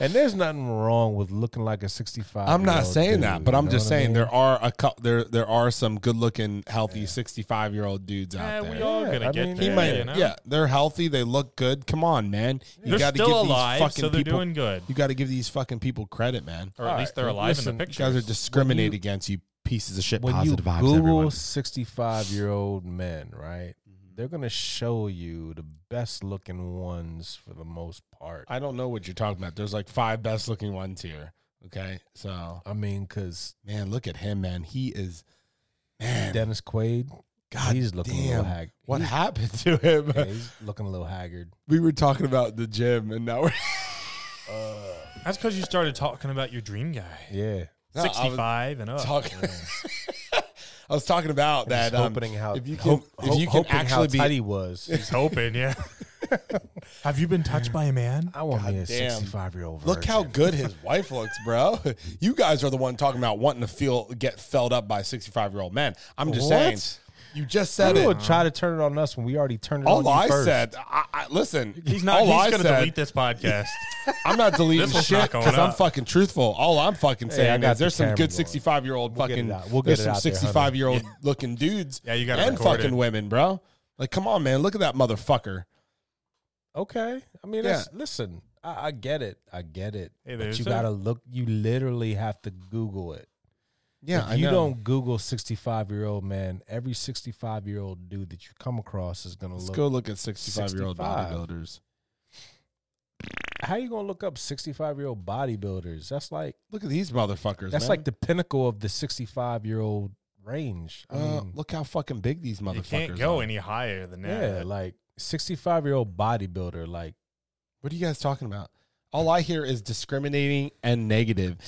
Speaker 4: and there's nothing wrong with looking like a 65.
Speaker 2: I'm not saying that, but I'm just saying there are a couple there there are some good-looking healthy 65-year-old dudes
Speaker 3: Yeah,
Speaker 2: out there.
Speaker 3: we all
Speaker 4: Yeah,
Speaker 3: gonna
Speaker 4: I
Speaker 3: get
Speaker 4: mean,
Speaker 3: there.
Speaker 2: he
Speaker 4: yeah,
Speaker 2: might
Speaker 3: you know?
Speaker 2: Yeah, they're healthy, they look good. Come on, man. You
Speaker 3: they're
Speaker 2: gotta
Speaker 3: still
Speaker 2: give these
Speaker 3: alive,
Speaker 2: fucking
Speaker 3: so they're
Speaker 2: people
Speaker 3: doing good,
Speaker 2: You got to give these fucking people credit, man.
Speaker 3: or at least they're
Speaker 4: Alright,
Speaker 3: alive in
Speaker 4: listen,
Speaker 3: the
Speaker 4: you
Speaker 2: You
Speaker 3: picture.
Speaker 2: guys are discriminated against you pieces of shit
Speaker 4: when you
Speaker 2: positive vibes
Speaker 4: Google
Speaker 2: everyone.
Speaker 4: 65 year old men, right? They're gonna show you the best looking ones for the most part. I,
Speaker 2: I don't know what you're talking about. There's like five best looking ones here. Okay. So,
Speaker 4: mean, because
Speaker 2: man, look at him, man. He is man.
Speaker 4: Dennis Quaid,
Speaker 2: God
Speaker 4: he's looking a
Speaker 2: damn.
Speaker 4: little haggard.
Speaker 2: What happened to him?
Speaker 4: Yeah, he's looking a little haggard.
Speaker 2: we were talking about the gym, and now we're
Speaker 3: That's because you started talking about your dream guy,
Speaker 4: Yeah.
Speaker 2: No, I was
Speaker 3: 65 and up.
Speaker 2: talking. I was talking about that.
Speaker 4: Oh, Just
Speaker 2: Um,
Speaker 4: hoping how
Speaker 2: if you can,
Speaker 4: hope-
Speaker 2: if you can
Speaker 4: hoping how
Speaker 2: actually be,
Speaker 4: tight he was.
Speaker 3: He's hoping, yeah. Have you been touched by a man?
Speaker 4: I want me a
Speaker 2: damn.
Speaker 4: 65 year old.
Speaker 2: look how good his wife looks, bro. You guys are the one talking about wanting to feel get felled up by sixty five year old men. I'm just saying.
Speaker 4: What?
Speaker 2: You just
Speaker 4: You
Speaker 2: said
Speaker 4: would
Speaker 2: it.
Speaker 4: try to turn it on us when we already turned it on
Speaker 2: All
Speaker 4: you
Speaker 2: I
Speaker 4: first.
Speaker 2: said, I, I, listen.
Speaker 3: He's not.
Speaker 2: All
Speaker 3: he's
Speaker 2: I
Speaker 3: gonna
Speaker 2: said,
Speaker 3: delete this podcast.
Speaker 2: I'm not deleting
Speaker 3: This one's
Speaker 2: shit
Speaker 3: not going
Speaker 2: because I'm
Speaker 3: up.
Speaker 2: fucking truthful. All I'm fucking saying
Speaker 4: I got
Speaker 2: is there's
Speaker 4: the
Speaker 2: some
Speaker 4: camera
Speaker 2: good
Speaker 4: going.
Speaker 2: 65 year old
Speaker 4: get it
Speaker 2: fucking
Speaker 4: out. We'll get
Speaker 2: there's
Speaker 4: it
Speaker 2: some
Speaker 4: out there,
Speaker 2: 65 year old looking dudes.
Speaker 3: Yeah, you gotta
Speaker 2: and
Speaker 3: record
Speaker 2: fucking
Speaker 3: it.
Speaker 2: women, bro. Like, come on, man, look at that motherfucker.
Speaker 4: Okay, I mean,
Speaker 2: Yeah.
Speaker 4: that's, listen, I, I get it, I get it,
Speaker 3: Hey,
Speaker 4: but
Speaker 3: there's
Speaker 4: you
Speaker 3: that.
Speaker 4: gotta look. You literally have to Google it.
Speaker 2: Yeah,
Speaker 4: if you don't Google 65 year old man, every 65 year old dude that you come across is gonna
Speaker 2: Let's
Speaker 4: look.
Speaker 2: go look at 65 year old
Speaker 4: 65.
Speaker 2: bodybuilders.
Speaker 4: How you gonna look up 65 year old bodybuilders? That's like
Speaker 2: Look at these motherfuckers.
Speaker 4: that's
Speaker 2: man.
Speaker 4: like the pinnacle of the 65 year old range. I
Speaker 2: Uh,
Speaker 4: mean,
Speaker 2: look how fucking big these motherfuckers.
Speaker 3: you can't go
Speaker 2: are.
Speaker 3: any higher than that.
Speaker 4: yeah, like 65 year old bodybuilder, like.
Speaker 2: What are you guys talking about? All I hear is discriminating and negative. And I'm just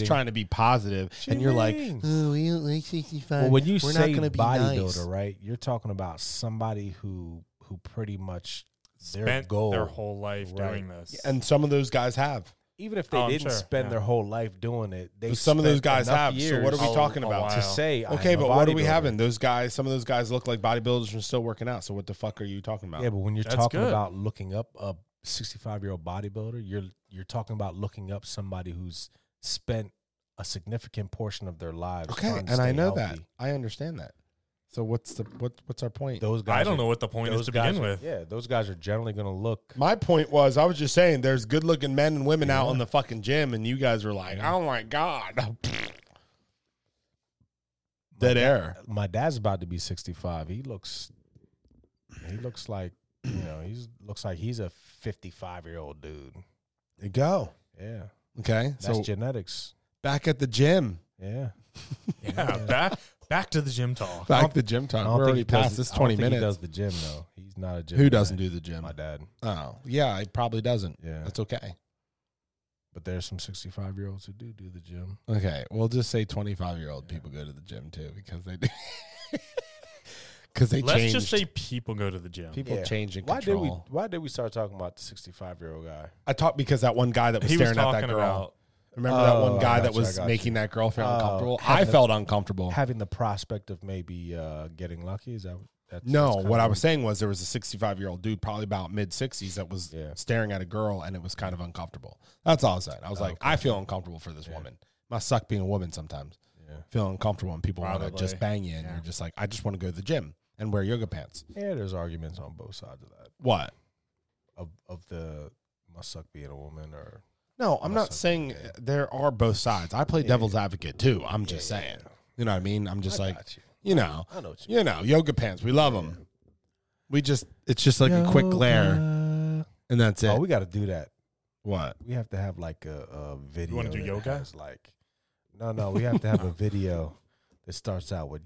Speaker 4: Discriminating?
Speaker 2: trying to be positive.
Speaker 4: What you
Speaker 2: And you're like,
Speaker 4: mean?
Speaker 2: oh, we don't like 65.
Speaker 4: Well, when you
Speaker 2: Uh, We're
Speaker 4: say
Speaker 2: not gonna be
Speaker 4: bodybuilder,
Speaker 2: nice.
Speaker 4: right? You're talking about somebody who who pretty much their
Speaker 3: spent
Speaker 4: goal,
Speaker 3: their whole life
Speaker 4: Right.
Speaker 3: doing this.
Speaker 2: And some of those guys have.
Speaker 4: even if they
Speaker 3: Oh, I'm
Speaker 4: didn't
Speaker 3: sure,
Speaker 4: spend
Speaker 3: yeah.
Speaker 4: their whole life doing it, they
Speaker 2: Some of those
Speaker 4: spent
Speaker 2: guys
Speaker 4: enough
Speaker 2: have, so
Speaker 4: Years
Speaker 2: what are we
Speaker 4: to
Speaker 2: talking
Speaker 3: a
Speaker 2: about?
Speaker 3: while.
Speaker 2: To
Speaker 4: say? I'm
Speaker 2: Okay,
Speaker 4: a
Speaker 2: but what are we
Speaker 4: bodybuilder.
Speaker 2: having? Those guys, some of those guys look like bodybuilders and still working out. So what the fuck are you talking about?
Speaker 4: Yeah, but when you're
Speaker 3: That's
Speaker 4: talking
Speaker 3: good.
Speaker 4: about looking up a 65 year old bodybuilder, you're you're talking about looking up somebody who's spent a significant portion of their lives.
Speaker 2: Okay,
Speaker 4: trying to
Speaker 2: and I
Speaker 4: stay
Speaker 2: know that.
Speaker 4: healthy.
Speaker 2: I understand that. So what's the what what's our point?
Speaker 4: Those guys
Speaker 3: I don't
Speaker 4: are-
Speaker 3: know what the point is
Speaker 4: those
Speaker 3: to
Speaker 4: guys
Speaker 3: begin
Speaker 4: are-
Speaker 3: with.
Speaker 4: Yeah, those guys are generally going to look.
Speaker 2: My point was, I was just saying, there's good looking men and women out in the fucking gym, and you guys were like, oh my God. Dead air.
Speaker 4: My dad's about to be sixty-five. He looks, he looks like you know he's looks like he's a fifty-five-year-old dude.
Speaker 2: You go.
Speaker 4: Yeah,
Speaker 2: Okay.
Speaker 4: that's
Speaker 2: so
Speaker 4: genetics.
Speaker 2: back at the gym.
Speaker 4: Yeah,
Speaker 3: Yeah, back back to the gym talk.
Speaker 2: Back the gym
Speaker 4: I
Speaker 2: time.
Speaker 4: don't
Speaker 2: Uh, We're
Speaker 4: think
Speaker 2: already
Speaker 4: he does
Speaker 2: past
Speaker 4: the-
Speaker 2: this
Speaker 4: I don't
Speaker 2: 20
Speaker 4: think
Speaker 2: minutes.
Speaker 4: He does the gym though. He's not a gym.
Speaker 2: Who
Speaker 4: guy.
Speaker 2: doesn't do the gym?
Speaker 4: My dad.
Speaker 2: Oh, yeah. He probably doesn't.
Speaker 4: Yeah,
Speaker 2: That's okay.
Speaker 4: but there's some sixty-five-year-olds who do do the gym.
Speaker 2: Okay. We'll just say 25 year old people go to the gym too because they do. Because they
Speaker 3: Let's
Speaker 2: changed.
Speaker 3: just say people go to the gym.
Speaker 2: people
Speaker 4: Yeah.
Speaker 2: change and
Speaker 4: Why did
Speaker 2: control.
Speaker 4: we? Why did we start talking about the sixty-five-year-old guy?
Speaker 2: I talked because that one guy that was
Speaker 3: he was
Speaker 2: staring at that
Speaker 3: talking
Speaker 2: girl.
Speaker 3: about
Speaker 2: Remember
Speaker 4: Oh,
Speaker 2: that one
Speaker 4: I
Speaker 2: guy
Speaker 4: got
Speaker 2: that
Speaker 4: you, I
Speaker 2: was
Speaker 4: got
Speaker 2: making that girl feel
Speaker 4: Oh,
Speaker 2: uncomfortable? I
Speaker 4: having the-
Speaker 2: felt uncomfortable.
Speaker 4: Having the prospect of maybe uh, getting lucky is that? That's,
Speaker 2: No,
Speaker 4: that's kinda
Speaker 2: what I was saying was there was a 65 year old dude, probably about mid 60s, that was
Speaker 4: Yeah.
Speaker 2: staring at a girl and it was kind of uncomfortable. That's all I was saying. I was like, I feel uncomfortable for this woman. Must suck being a woman sometimes.
Speaker 4: Yeah.
Speaker 2: Feel uncomfortable when people want to
Speaker 3: Probably.
Speaker 2: just bang you and you're just like, I just want to go to the gym and wear yoga pants.
Speaker 4: Yeah, there's arguments on both sides of that.
Speaker 2: What?
Speaker 4: Of of the must suck being a woman or
Speaker 2: No, I'm
Speaker 4: Must
Speaker 2: not
Speaker 4: suck
Speaker 2: saying there are both sides. I play devil's advocate too. I'm just saying. You know what I mean? I'm just like,
Speaker 4: got you.
Speaker 2: you know,
Speaker 4: I know what you
Speaker 2: you know, yoga pants. We love them. We just, it's just like a quick glare, and that's it.
Speaker 4: Oh, we got to do that.
Speaker 2: what?
Speaker 4: We have to have like a, a video.
Speaker 3: wanna do
Speaker 4: that
Speaker 3: yoga?
Speaker 4: has, Like, no, no, we have to have a video that starts out with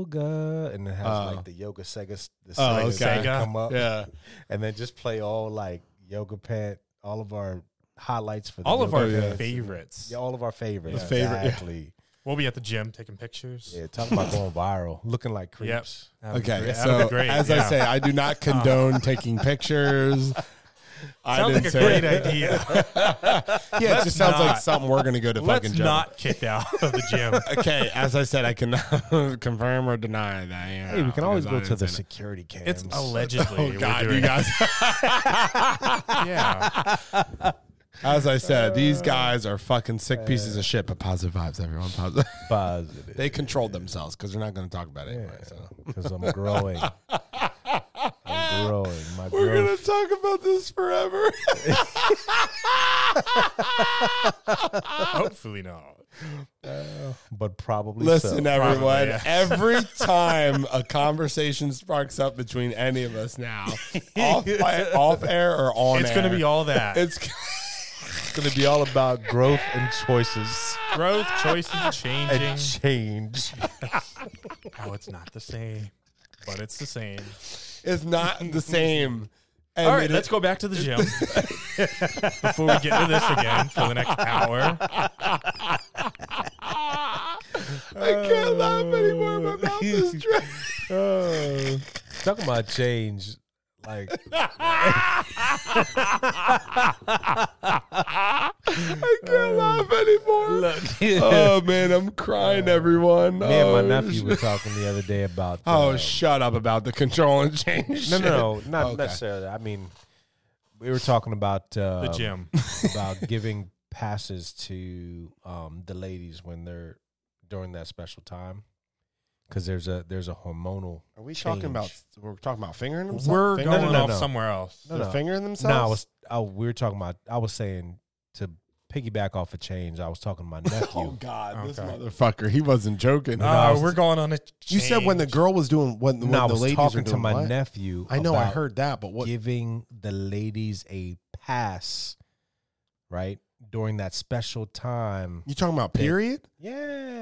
Speaker 4: yoga and it has
Speaker 2: Oh.
Speaker 4: like the yoga Sega, the
Speaker 2: Oh,
Speaker 4: Sega,
Speaker 2: okay.
Speaker 4: come up,
Speaker 2: Yeah,
Speaker 4: and then just play all like yoga pant, all of our highlights for the
Speaker 3: all of
Speaker 4: yoga
Speaker 2: Oh,
Speaker 3: our
Speaker 4: pants and-
Speaker 3: favorites.
Speaker 4: Yeah, all of our favorites.
Speaker 2: The favorite, yeah.
Speaker 4: Exactly.
Speaker 3: We'll be at the gym taking pictures.
Speaker 4: Yeah, talking about going viral, looking like creeps.
Speaker 3: That'd be
Speaker 2: Okay,
Speaker 3: great. That'd
Speaker 2: so
Speaker 3: be great,
Speaker 2: as I
Speaker 3: yeah. Uh-huh.
Speaker 2: say, I do not condone taking pictures. I
Speaker 3: sounds like
Speaker 2: didn't
Speaker 3: a
Speaker 2: say-
Speaker 3: great idea.
Speaker 2: Yeah, it just sounds like
Speaker 3: not-
Speaker 2: something we're going to go to fucking
Speaker 3: Let's
Speaker 2: jump.
Speaker 3: not kick out of the gym.
Speaker 2: Okay, as I said, I cannot confirm or deny that. you
Speaker 4: Hey,
Speaker 2: know,
Speaker 4: we can always go
Speaker 2: because I
Speaker 4: to the
Speaker 2: didn't say
Speaker 4: security cams.
Speaker 3: It's allegedly.
Speaker 2: that. Oh
Speaker 3: we're
Speaker 2: God,
Speaker 3: doing
Speaker 2: you
Speaker 3: it.
Speaker 2: guys!
Speaker 3: Yeah,
Speaker 2: As I said, these
Speaker 4: Uh,
Speaker 2: guys are fucking sick pieces of shit. But positive vibes, everyone. Positive.
Speaker 4: positive
Speaker 2: They controlled themselves because they're not going to talk about it anyway. So.
Speaker 4: because I'm growing. I'm growing. My
Speaker 2: We're going
Speaker 4: growth.
Speaker 2: to talk about this forever.
Speaker 3: hopefully not.
Speaker 4: but probably
Speaker 2: Listen,
Speaker 4: so.
Speaker 2: everyone.
Speaker 3: Probably, yeah.
Speaker 2: Every time a conversation sparks up between any of us now, off, off air or on,
Speaker 3: It's going to be all that
Speaker 2: It's
Speaker 4: going to be all about growth and choices
Speaker 3: growth, choices, changing.
Speaker 4: and change.
Speaker 3: Oh, it's not the same, but it's the same.
Speaker 2: it's not the same. And
Speaker 3: All
Speaker 2: it-
Speaker 3: right, let's go back to the gym before we get to this again for the next hour.
Speaker 2: I can't laugh anymore. My mouth is dry.
Speaker 4: Oh. Talking about change, like
Speaker 2: I can't laugh anymore. uh, oh man, I'm crying, everyone.
Speaker 4: Uh, me and my
Speaker 2: Oh,
Speaker 4: nephew
Speaker 2: sh-
Speaker 4: were talking the other day about.
Speaker 2: Oh,
Speaker 4: uh,
Speaker 2: shut up about the control and change.
Speaker 4: no,
Speaker 2: shit.
Speaker 4: no, no, not
Speaker 2: Okay.
Speaker 4: necessarily. I mean, we were talking about uh,
Speaker 3: The gym.
Speaker 4: about giving passes to um, the ladies when they're during that special time because there's a there's a hormonal.
Speaker 2: Are we
Speaker 4: Change.
Speaker 2: talking about? We're talking about fingering themselves.
Speaker 3: We're
Speaker 2: Fingering
Speaker 3: going
Speaker 4: no, no,
Speaker 3: off
Speaker 4: no.
Speaker 3: somewhere else. Uh,
Speaker 4: No,
Speaker 2: They're
Speaker 4: no.
Speaker 2: fingering
Speaker 4: No,
Speaker 2: themselves.
Speaker 4: I was I, we were talking about. I was saying to piggyback off a change. I was talking to my
Speaker 2: Oh
Speaker 4: nephew.
Speaker 2: God, this
Speaker 3: Okay.
Speaker 2: motherfucker. He wasn't joking. Oh,
Speaker 3: No,
Speaker 4: I was-
Speaker 3: we're going on a.
Speaker 2: you said when the
Speaker 3: change.
Speaker 2: girl was doing when, when
Speaker 4: no, I
Speaker 2: the
Speaker 4: was
Speaker 2: ladies were
Speaker 4: talking to
Speaker 2: doing
Speaker 4: my
Speaker 2: what?
Speaker 4: nephew.
Speaker 2: I know, I
Speaker 4: about
Speaker 2: heard that, but what?
Speaker 4: giving the ladies a pass, right during that special time.
Speaker 2: you talking about period?
Speaker 4: Yeah.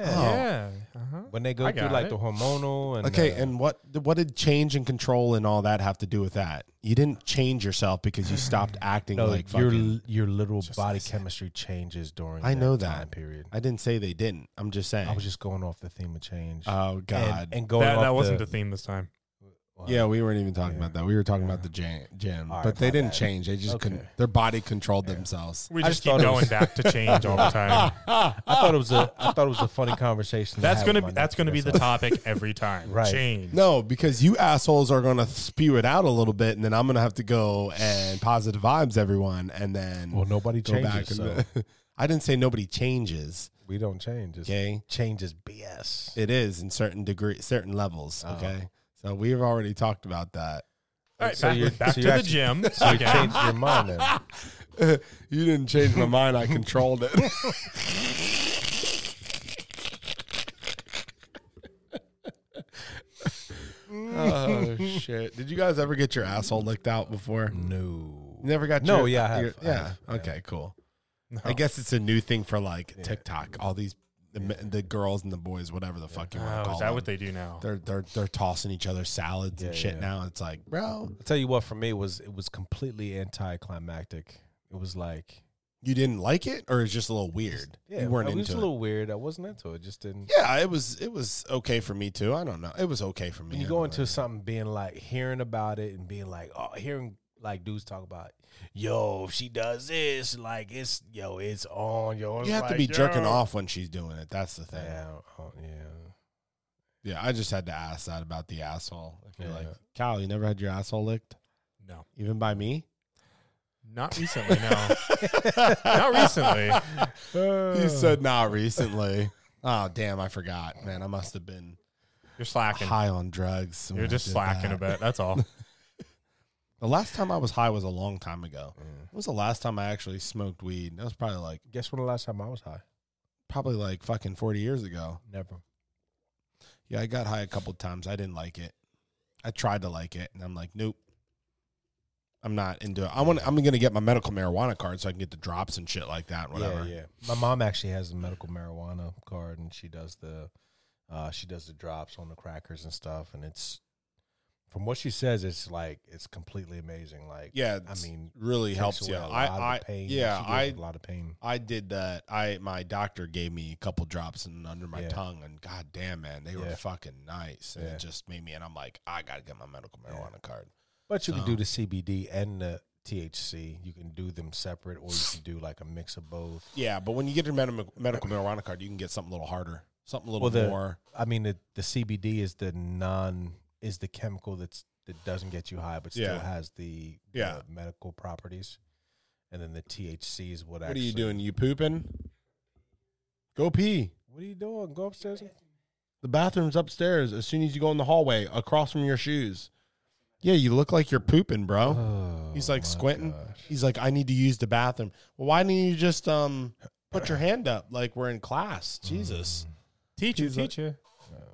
Speaker 2: Oh.
Speaker 3: Yeah. Uh-huh.
Speaker 4: When they go
Speaker 3: I
Speaker 4: through
Speaker 3: got
Speaker 4: like
Speaker 3: it.
Speaker 4: the hormonal and
Speaker 2: Okay,
Speaker 4: uh,
Speaker 2: and what what did change and control and all that have to do with that? You didn't change yourself because you stopped acting
Speaker 4: No,
Speaker 2: like
Speaker 4: your
Speaker 2: fucking.
Speaker 4: your literal body
Speaker 2: listen.
Speaker 4: chemistry changes during.
Speaker 2: I know
Speaker 4: time
Speaker 2: that.
Speaker 4: period.
Speaker 2: I didn't say they didn't. I'm just saying.
Speaker 4: I was just going off the theme of change.
Speaker 2: oh God.
Speaker 4: and, and going
Speaker 3: That,
Speaker 4: off
Speaker 3: that wasn't
Speaker 4: the,
Speaker 3: the theme this time.
Speaker 4: Wow.
Speaker 2: yeah, we weren't even talking
Speaker 4: Yeah.
Speaker 2: about that. We were talking about the jam, gym,
Speaker 4: All right,
Speaker 2: but they
Speaker 4: my
Speaker 2: didn't
Speaker 4: bad.
Speaker 2: change. They just couldn't.
Speaker 4: Okay.
Speaker 2: Their body controlled themselves.
Speaker 3: We
Speaker 4: I
Speaker 3: just
Speaker 4: just
Speaker 3: keep
Speaker 4: thought it
Speaker 3: going
Speaker 4: was-
Speaker 3: back to change all the time.
Speaker 4: I thought it was a. I thought it was a funny conversation. to
Speaker 3: That's
Speaker 4: have
Speaker 3: gonna
Speaker 4: with
Speaker 3: be
Speaker 4: my
Speaker 3: that's
Speaker 4: nephew,
Speaker 3: gonna be the
Speaker 4: all.
Speaker 3: topic every time.
Speaker 4: Right.
Speaker 3: Change.
Speaker 2: No, because you assholes are going to spew it out a little bit, and then I'm going to have to go and positive vibes everyone, and then
Speaker 4: Well, nobody
Speaker 2: go back.
Speaker 4: changes. So.
Speaker 2: and- I didn't say nobody changes.
Speaker 4: We don't change. It's
Speaker 2: Okay.
Speaker 4: Change is BS.
Speaker 2: It is in certain degree, certain levels. Okay. So we've already talked about that.
Speaker 3: All right,
Speaker 4: So
Speaker 3: back,
Speaker 4: you're-
Speaker 3: back
Speaker 4: so
Speaker 3: to
Speaker 4: you're
Speaker 3: the
Speaker 4: actually-
Speaker 3: gym.
Speaker 4: so you
Speaker 3: again.
Speaker 4: changed your mind then.
Speaker 2: you didn't change my mind. I controlled it. oh shit! Did you guys ever get your asshole licked out before?
Speaker 4: No.
Speaker 2: Never got.
Speaker 4: No,
Speaker 2: your-
Speaker 4: yeah, I have.
Speaker 2: your-
Speaker 4: I
Speaker 2: yeah.
Speaker 4: have,
Speaker 2: Okay. Cool.
Speaker 3: No.
Speaker 2: I guess it's a new thing for like TikTok. All these the, me- the girls and the boys, whatever the fuck you want to
Speaker 3: Oh,
Speaker 2: call
Speaker 3: is that
Speaker 2: them.
Speaker 3: what they do now?
Speaker 2: they're they're they're tossing each other salads and
Speaker 4: Yeah,
Speaker 2: shit
Speaker 4: yeah.
Speaker 2: now. It's like, bro,
Speaker 4: I'll tell you what for me was it was completely anticlimactic. It was like
Speaker 2: you didn't like it, or it's just a little weird.
Speaker 4: yeah,
Speaker 2: you weren't
Speaker 4: it was
Speaker 2: into
Speaker 4: a
Speaker 2: it.
Speaker 4: little weird. I wasn't into it. Just didn't
Speaker 2: Yeah, it was it was okay for me too. I don't know. It was okay for me.
Speaker 4: when you
Speaker 2: I
Speaker 4: go
Speaker 2: don't
Speaker 4: into something being like hearing about it and being like oh hearing like dudes talk about yo if she does this like it's yo it's on yo
Speaker 2: know.
Speaker 4: it's
Speaker 2: you have to
Speaker 4: like,
Speaker 2: be jerking
Speaker 4: yo.
Speaker 2: off when she's doing it. That's the thing. Yeah,
Speaker 4: yeah oh, yeah
Speaker 2: I just had to ask that about the asshole. If you're
Speaker 4: Yeah.
Speaker 2: like, Kyle, you never had your asshole licked,
Speaker 3: No,
Speaker 2: even by me.
Speaker 3: not recently. No, not recently.
Speaker 4: Uh.
Speaker 2: You said nah recently. oh damn, I forgot, man. I must have been
Speaker 3: You're slacking.
Speaker 2: high on drugs. when
Speaker 3: You're
Speaker 2: I
Speaker 3: just
Speaker 2: did
Speaker 3: slacking
Speaker 2: that.
Speaker 3: a bit. That's all.
Speaker 2: The last time I was high was a long time ago. When was the last time I actually smoked weed? That was probably like
Speaker 4: guess when the last time I was high
Speaker 2: probably like fucking forty years ago.
Speaker 4: never
Speaker 2: Yeah, I got high a couple times. I didn't like it. I tried to like it, and I'm like, nope. I'm not into it. I want. I'm gonna get my medical marijuana card so I can get the drops and shit like that. Whatever.
Speaker 4: Yeah, yeah. My mom actually has a medical marijuana card, and she does the uh, she does the drops on the crackers and stuff. And it's from what she says, it's like it's completely amazing. Like,
Speaker 2: Yeah,
Speaker 4: I
Speaker 2: it's-
Speaker 4: mean,
Speaker 2: Really
Speaker 4: takes
Speaker 2: helps
Speaker 4: away
Speaker 2: you.
Speaker 4: a
Speaker 2: I.
Speaker 4: lot of
Speaker 2: I.
Speaker 4: the pain.
Speaker 2: Yeah.
Speaker 4: She gets
Speaker 2: I.
Speaker 4: a lot of pain.
Speaker 2: I did that. I. My doctor gave me a couple drops and under my
Speaker 4: Yeah.
Speaker 2: tongue, and god damn, man, they were
Speaker 4: Yeah.
Speaker 2: fucking nice. And
Speaker 4: Yeah.
Speaker 2: it just made me. And I'm like, I gotta get my medical marijuana card.
Speaker 4: But you
Speaker 2: So-
Speaker 4: can do the CBD and the THC. You can do them separate, or you can do like a mix of both.
Speaker 2: Yeah, but when you get your med- medical marijuana card, you can get something a little harder, something a little
Speaker 4: Well, the-
Speaker 2: more.
Speaker 4: I mean, the, the CBD is the non is the chemical that's that doesn't get you high, but still
Speaker 2: Yeah.
Speaker 4: has the the
Speaker 2: Yeah.
Speaker 4: medical properties. And then the THC is
Speaker 2: What
Speaker 4: what.
Speaker 2: are
Speaker 4: actually,
Speaker 2: you doing? You pooping? Go pee.
Speaker 4: What are you doing? Go upstairs. and-
Speaker 2: The bathroom's upstairs. As soon as you go in the hallway, across from your shoes. Yeah, you look like you're pooping, bro. He's like
Speaker 4: Oh my
Speaker 2: squinting.
Speaker 4: gosh.
Speaker 2: He's like, I need to use the bathroom. Well, why didn't you just um put your hand up like we're in class? Jesus.
Speaker 4: Mm.
Speaker 3: Teacher, teacher.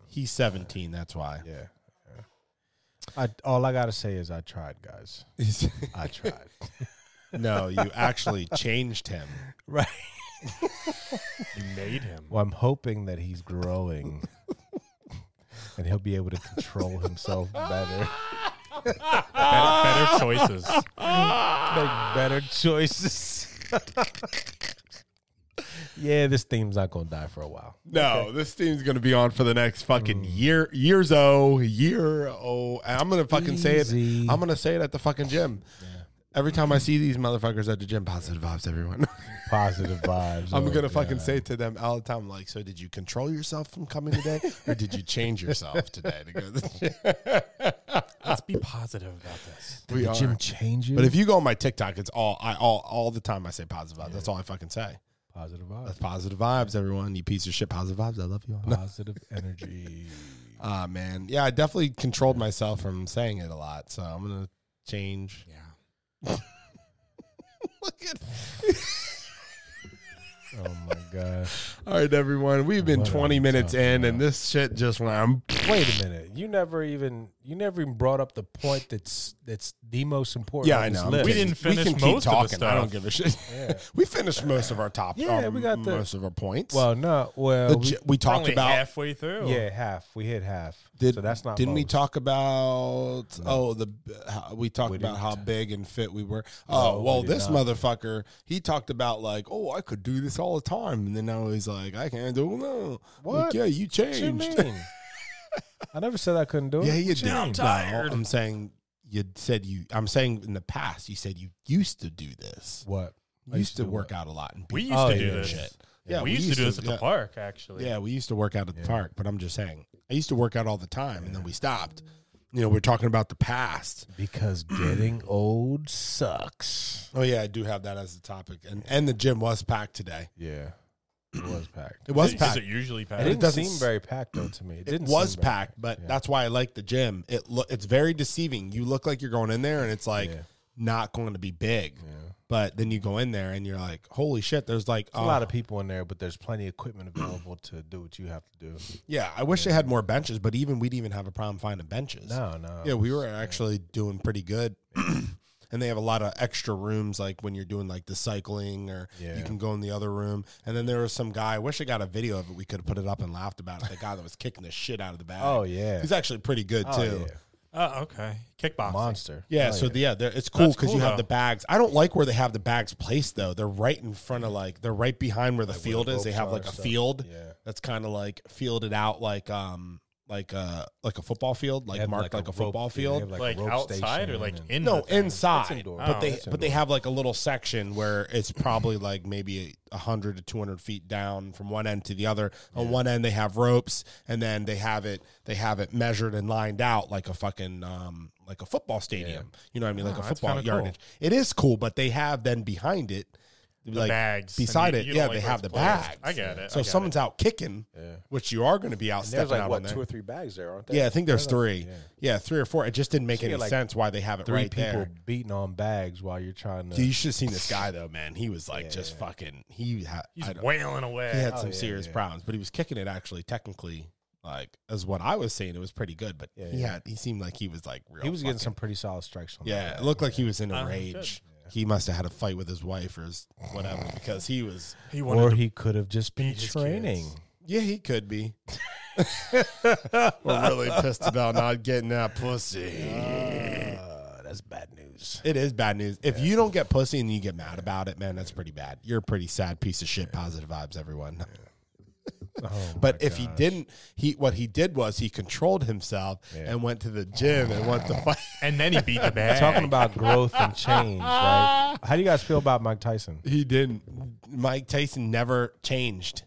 Speaker 2: He's 17. That's why.
Speaker 4: Yeah. yeah. I all I gotta say is I tried, guys. I tried.
Speaker 2: no, you actually changed him.
Speaker 4: right.
Speaker 3: You made him.
Speaker 4: Well, I'm hoping that he's growing, and he'll be able to control himself better,
Speaker 3: Better, better choices.
Speaker 4: make better choices. yeah, this theme's not gonna die for a while.
Speaker 2: No, this team's gonna be on for the next fucking
Speaker 4: Mm.
Speaker 2: year, years oh, year oh. And I'm gonna fucking say
Speaker 4: Easy.
Speaker 2: it. I'm gonna say it at the fucking gym. Every time I see these motherfuckers at the gym, positive vibes, everyone.
Speaker 4: Positive vibes.
Speaker 2: I'm
Speaker 4: oh,
Speaker 2: gonna fucking
Speaker 4: God.
Speaker 2: say to them all the time, like, so did you control yourself from coming today, or did you change yourself today to go to the gym?
Speaker 3: Let's be positive about this.
Speaker 4: Did the gym change you?
Speaker 2: But if you go on my TikTok, it's all I all all the time. I say positive vibes. That's all I fucking say.
Speaker 4: positive vibes,
Speaker 2: That's positive vibes, everyone. You piece of shit. Positive vibes. I love you. all. No.
Speaker 4: positive energy.
Speaker 2: Ah man, yeah, I definitely controlled myself from saying it a lot, so I'm gonna change.
Speaker 3: Yeah.
Speaker 2: Look at,
Speaker 4: Oh my gosh.
Speaker 2: all right, everyone, we've been
Speaker 4: What
Speaker 2: 20
Speaker 4: I'm
Speaker 2: minutes
Speaker 4: talking
Speaker 2: in, and
Speaker 4: about.
Speaker 2: this shit just went. I'm,
Speaker 4: Wait a minute. You never even you never even brought up the point that's that's the most important.
Speaker 2: yeah,
Speaker 4: on
Speaker 2: I
Speaker 4: this
Speaker 2: know.
Speaker 4: list.
Speaker 3: We didn't finish most of the
Speaker 2: I don't
Speaker 3: stuff.
Speaker 2: give a shit.
Speaker 4: Yeah.
Speaker 2: we finished most of our top.
Speaker 4: Yeah,
Speaker 2: um,
Speaker 4: we got the-
Speaker 2: most of our points.
Speaker 4: Well, no. Well,
Speaker 2: The
Speaker 4: we-
Speaker 2: gy- we,
Speaker 3: We're
Speaker 2: talked
Speaker 3: only
Speaker 2: about.
Speaker 3: halfway through.
Speaker 4: yeah, half. We hit half.
Speaker 2: Did,
Speaker 4: so that's not.
Speaker 2: Didn't we
Speaker 4: most.
Speaker 2: talk about? Oh, the how, we talked about how big and fit we were. Oh,
Speaker 4: No,
Speaker 2: well,
Speaker 4: we did
Speaker 2: this motherfucker, he talked about like, oh, I could do this all the time, and then now he's like, I can't do it. No. Like,
Speaker 4: What?
Speaker 2: yeah, you
Speaker 4: What you
Speaker 2: changed.
Speaker 4: mean? I never said I couldn't do it.
Speaker 2: yeah, you
Speaker 3: Jim,
Speaker 2: did.
Speaker 3: I'm
Speaker 2: No,
Speaker 3: tired.
Speaker 2: I'm saying you said you. I'm saying in the past you said you used to do this.
Speaker 4: What?
Speaker 2: You used to work out a lot and
Speaker 3: We
Speaker 2: be-
Speaker 3: used
Speaker 4: Oh,
Speaker 3: to do
Speaker 4: yeah,
Speaker 3: this.
Speaker 2: shit.
Speaker 3: Yeah, we, used, to do this at
Speaker 2: yeah.
Speaker 3: the park, actually.
Speaker 2: Yeah, we used to work out at the park, but I'm just saying, I used to work out all the time, and then we stopped. You know, we're talking about the past.
Speaker 4: Because getting old sucks.
Speaker 2: Oh yeah, I do have that as a topic, and and the gym was packed today.
Speaker 4: Yeah. It was packed.
Speaker 2: It was
Speaker 3: Is
Speaker 2: packed.
Speaker 3: it usually
Speaker 4: It
Speaker 3: packed?
Speaker 4: didn't
Speaker 2: doesn't
Speaker 4: seem
Speaker 2: s-
Speaker 4: very packed though to me. It,
Speaker 2: It
Speaker 4: didn't
Speaker 2: was
Speaker 4: seem very
Speaker 2: packed, but
Speaker 4: Yeah.
Speaker 2: that's why I like the gym. It look it's very deceiving. You look like you're going in there and it's like
Speaker 4: Yeah.
Speaker 2: not going to be big.
Speaker 4: Yeah.
Speaker 2: But then you go in there and you're like, holy shit, there's like uh,
Speaker 4: There's a lot of people in there, but there's plenty of equipment available to do what you have to do.
Speaker 2: Yeah, I wish they had more benches, but even we'd even have a problem finding benches.
Speaker 4: No, no.
Speaker 2: Yeah, we were actually doing pretty good. and they have a lot of extra rooms like when you're doing like the cycling or
Speaker 4: Yeah.
Speaker 2: you can go in the other room. And then there was some guy, I wish I got a video of it. We could have put it up and laughed about it. The guy that was kicking the shit out of the bag.
Speaker 4: Oh yeah.
Speaker 2: He's actually pretty good
Speaker 4: Oh,
Speaker 2: too.
Speaker 4: yeah.
Speaker 3: Oh, okay. Kickboxing.
Speaker 4: Monster.
Speaker 2: Yeah,
Speaker 4: Oh,
Speaker 2: so the, yeah, they're- it's cool
Speaker 3: That's
Speaker 2: because
Speaker 3: cool,
Speaker 2: you have
Speaker 3: though.
Speaker 2: the bags. I don't like where they have the bags placed though. They're right in front of like they're right behind where the
Speaker 4: Like where the
Speaker 2: field is. They
Speaker 4: ropes
Speaker 2: have
Speaker 4: are
Speaker 2: like a
Speaker 4: and stuff.
Speaker 2: field
Speaker 4: Yeah.
Speaker 2: that's kind of like fielded out like um like a like a football field,
Speaker 4: They
Speaker 2: like
Speaker 4: have,
Speaker 2: marked like, a,
Speaker 4: rope-
Speaker 2: football
Speaker 4: yeah, they
Speaker 2: field.
Speaker 4: have,
Speaker 3: Like,
Speaker 4: a rope
Speaker 3: outside or
Speaker 4: station
Speaker 3: like
Speaker 4: and-
Speaker 3: in?
Speaker 2: no,
Speaker 3: the thing?
Speaker 2: inside,
Speaker 4: It's indoor.
Speaker 2: but
Speaker 3: Oh,
Speaker 2: they
Speaker 3: it's
Speaker 2: but they have like a little section where it's probably like maybe hundred to two hundred feet down from one end to the other. On one end they have ropes, and then they have it they have it measured and lined out like a fucking um like a football stadium. You know what I mean? Like
Speaker 3: Oh,
Speaker 2: a
Speaker 3: that's
Speaker 2: football
Speaker 3: kinda
Speaker 2: yardage. It is cool, but they have then behind it
Speaker 3: The bags. and
Speaker 2: beside
Speaker 3: you-
Speaker 2: it.
Speaker 3: you
Speaker 2: yeah,
Speaker 3: don't
Speaker 2: they
Speaker 3: like where
Speaker 2: have
Speaker 3: it's
Speaker 2: the
Speaker 3: placed.
Speaker 2: bags.
Speaker 3: I get it.
Speaker 2: So
Speaker 3: I
Speaker 2: if
Speaker 3: get
Speaker 2: someone's out kicking,
Speaker 4: Yeah.
Speaker 2: which you are going to be out
Speaker 4: And
Speaker 2: stepping
Speaker 4: there's like
Speaker 2: out on
Speaker 4: what
Speaker 2: there.
Speaker 4: two or three bags there, aren't there?
Speaker 2: yeah, I think there's three.
Speaker 4: Yeah.
Speaker 2: Yeah. three or four. It just didn't make
Speaker 4: So you
Speaker 2: any
Speaker 4: get, like,
Speaker 2: sense why they have it
Speaker 4: Three
Speaker 2: right
Speaker 4: people
Speaker 2: there.
Speaker 4: beating on bags while you're trying to.
Speaker 2: Dude, you should have seen this guy though, man. He was like just fucking. He had
Speaker 3: He's
Speaker 2: I don't-
Speaker 3: wailing away.
Speaker 2: he had
Speaker 4: Oh,
Speaker 2: some
Speaker 4: yeah,
Speaker 2: serious
Speaker 4: yeah.
Speaker 2: problems, but he was kicking it actually technically like as what I was saying. It was pretty good, but
Speaker 4: Yeah,
Speaker 2: he
Speaker 4: yeah.
Speaker 2: had he seemed like he was like real.
Speaker 4: he was getting
Speaker 2: fucking-
Speaker 4: some pretty solid strikes on.
Speaker 2: Yeah,
Speaker 4: that.
Speaker 2: it looked like he was in a
Speaker 3: Oh, good.
Speaker 2: rage. He must have had a fight with his wife or his whatever because he was.
Speaker 3: He wanted
Speaker 4: Or
Speaker 3: to
Speaker 4: he could have just been
Speaker 3: beat his
Speaker 4: training.
Speaker 3: kids.
Speaker 2: Yeah, he could be. We're really pissed about not getting that pussy.
Speaker 4: Uh, that's bad news.
Speaker 2: It is bad news. If you don't get pussy and you get mad about it, man, that's pretty bad. You're a pretty sad piece of shit. Positive vibes, everyone.
Speaker 4: Oh,
Speaker 2: But
Speaker 4: my
Speaker 2: if he
Speaker 4: gosh.
Speaker 2: didn't, he what he did was he controlled himself
Speaker 4: Yeah.
Speaker 2: and went to the gym and went to fight.
Speaker 3: and then he beat the bag.
Speaker 4: talking about growth and change, right? How do you guys feel about Mike Tyson?
Speaker 2: He didn't. Mike Tyson never changed.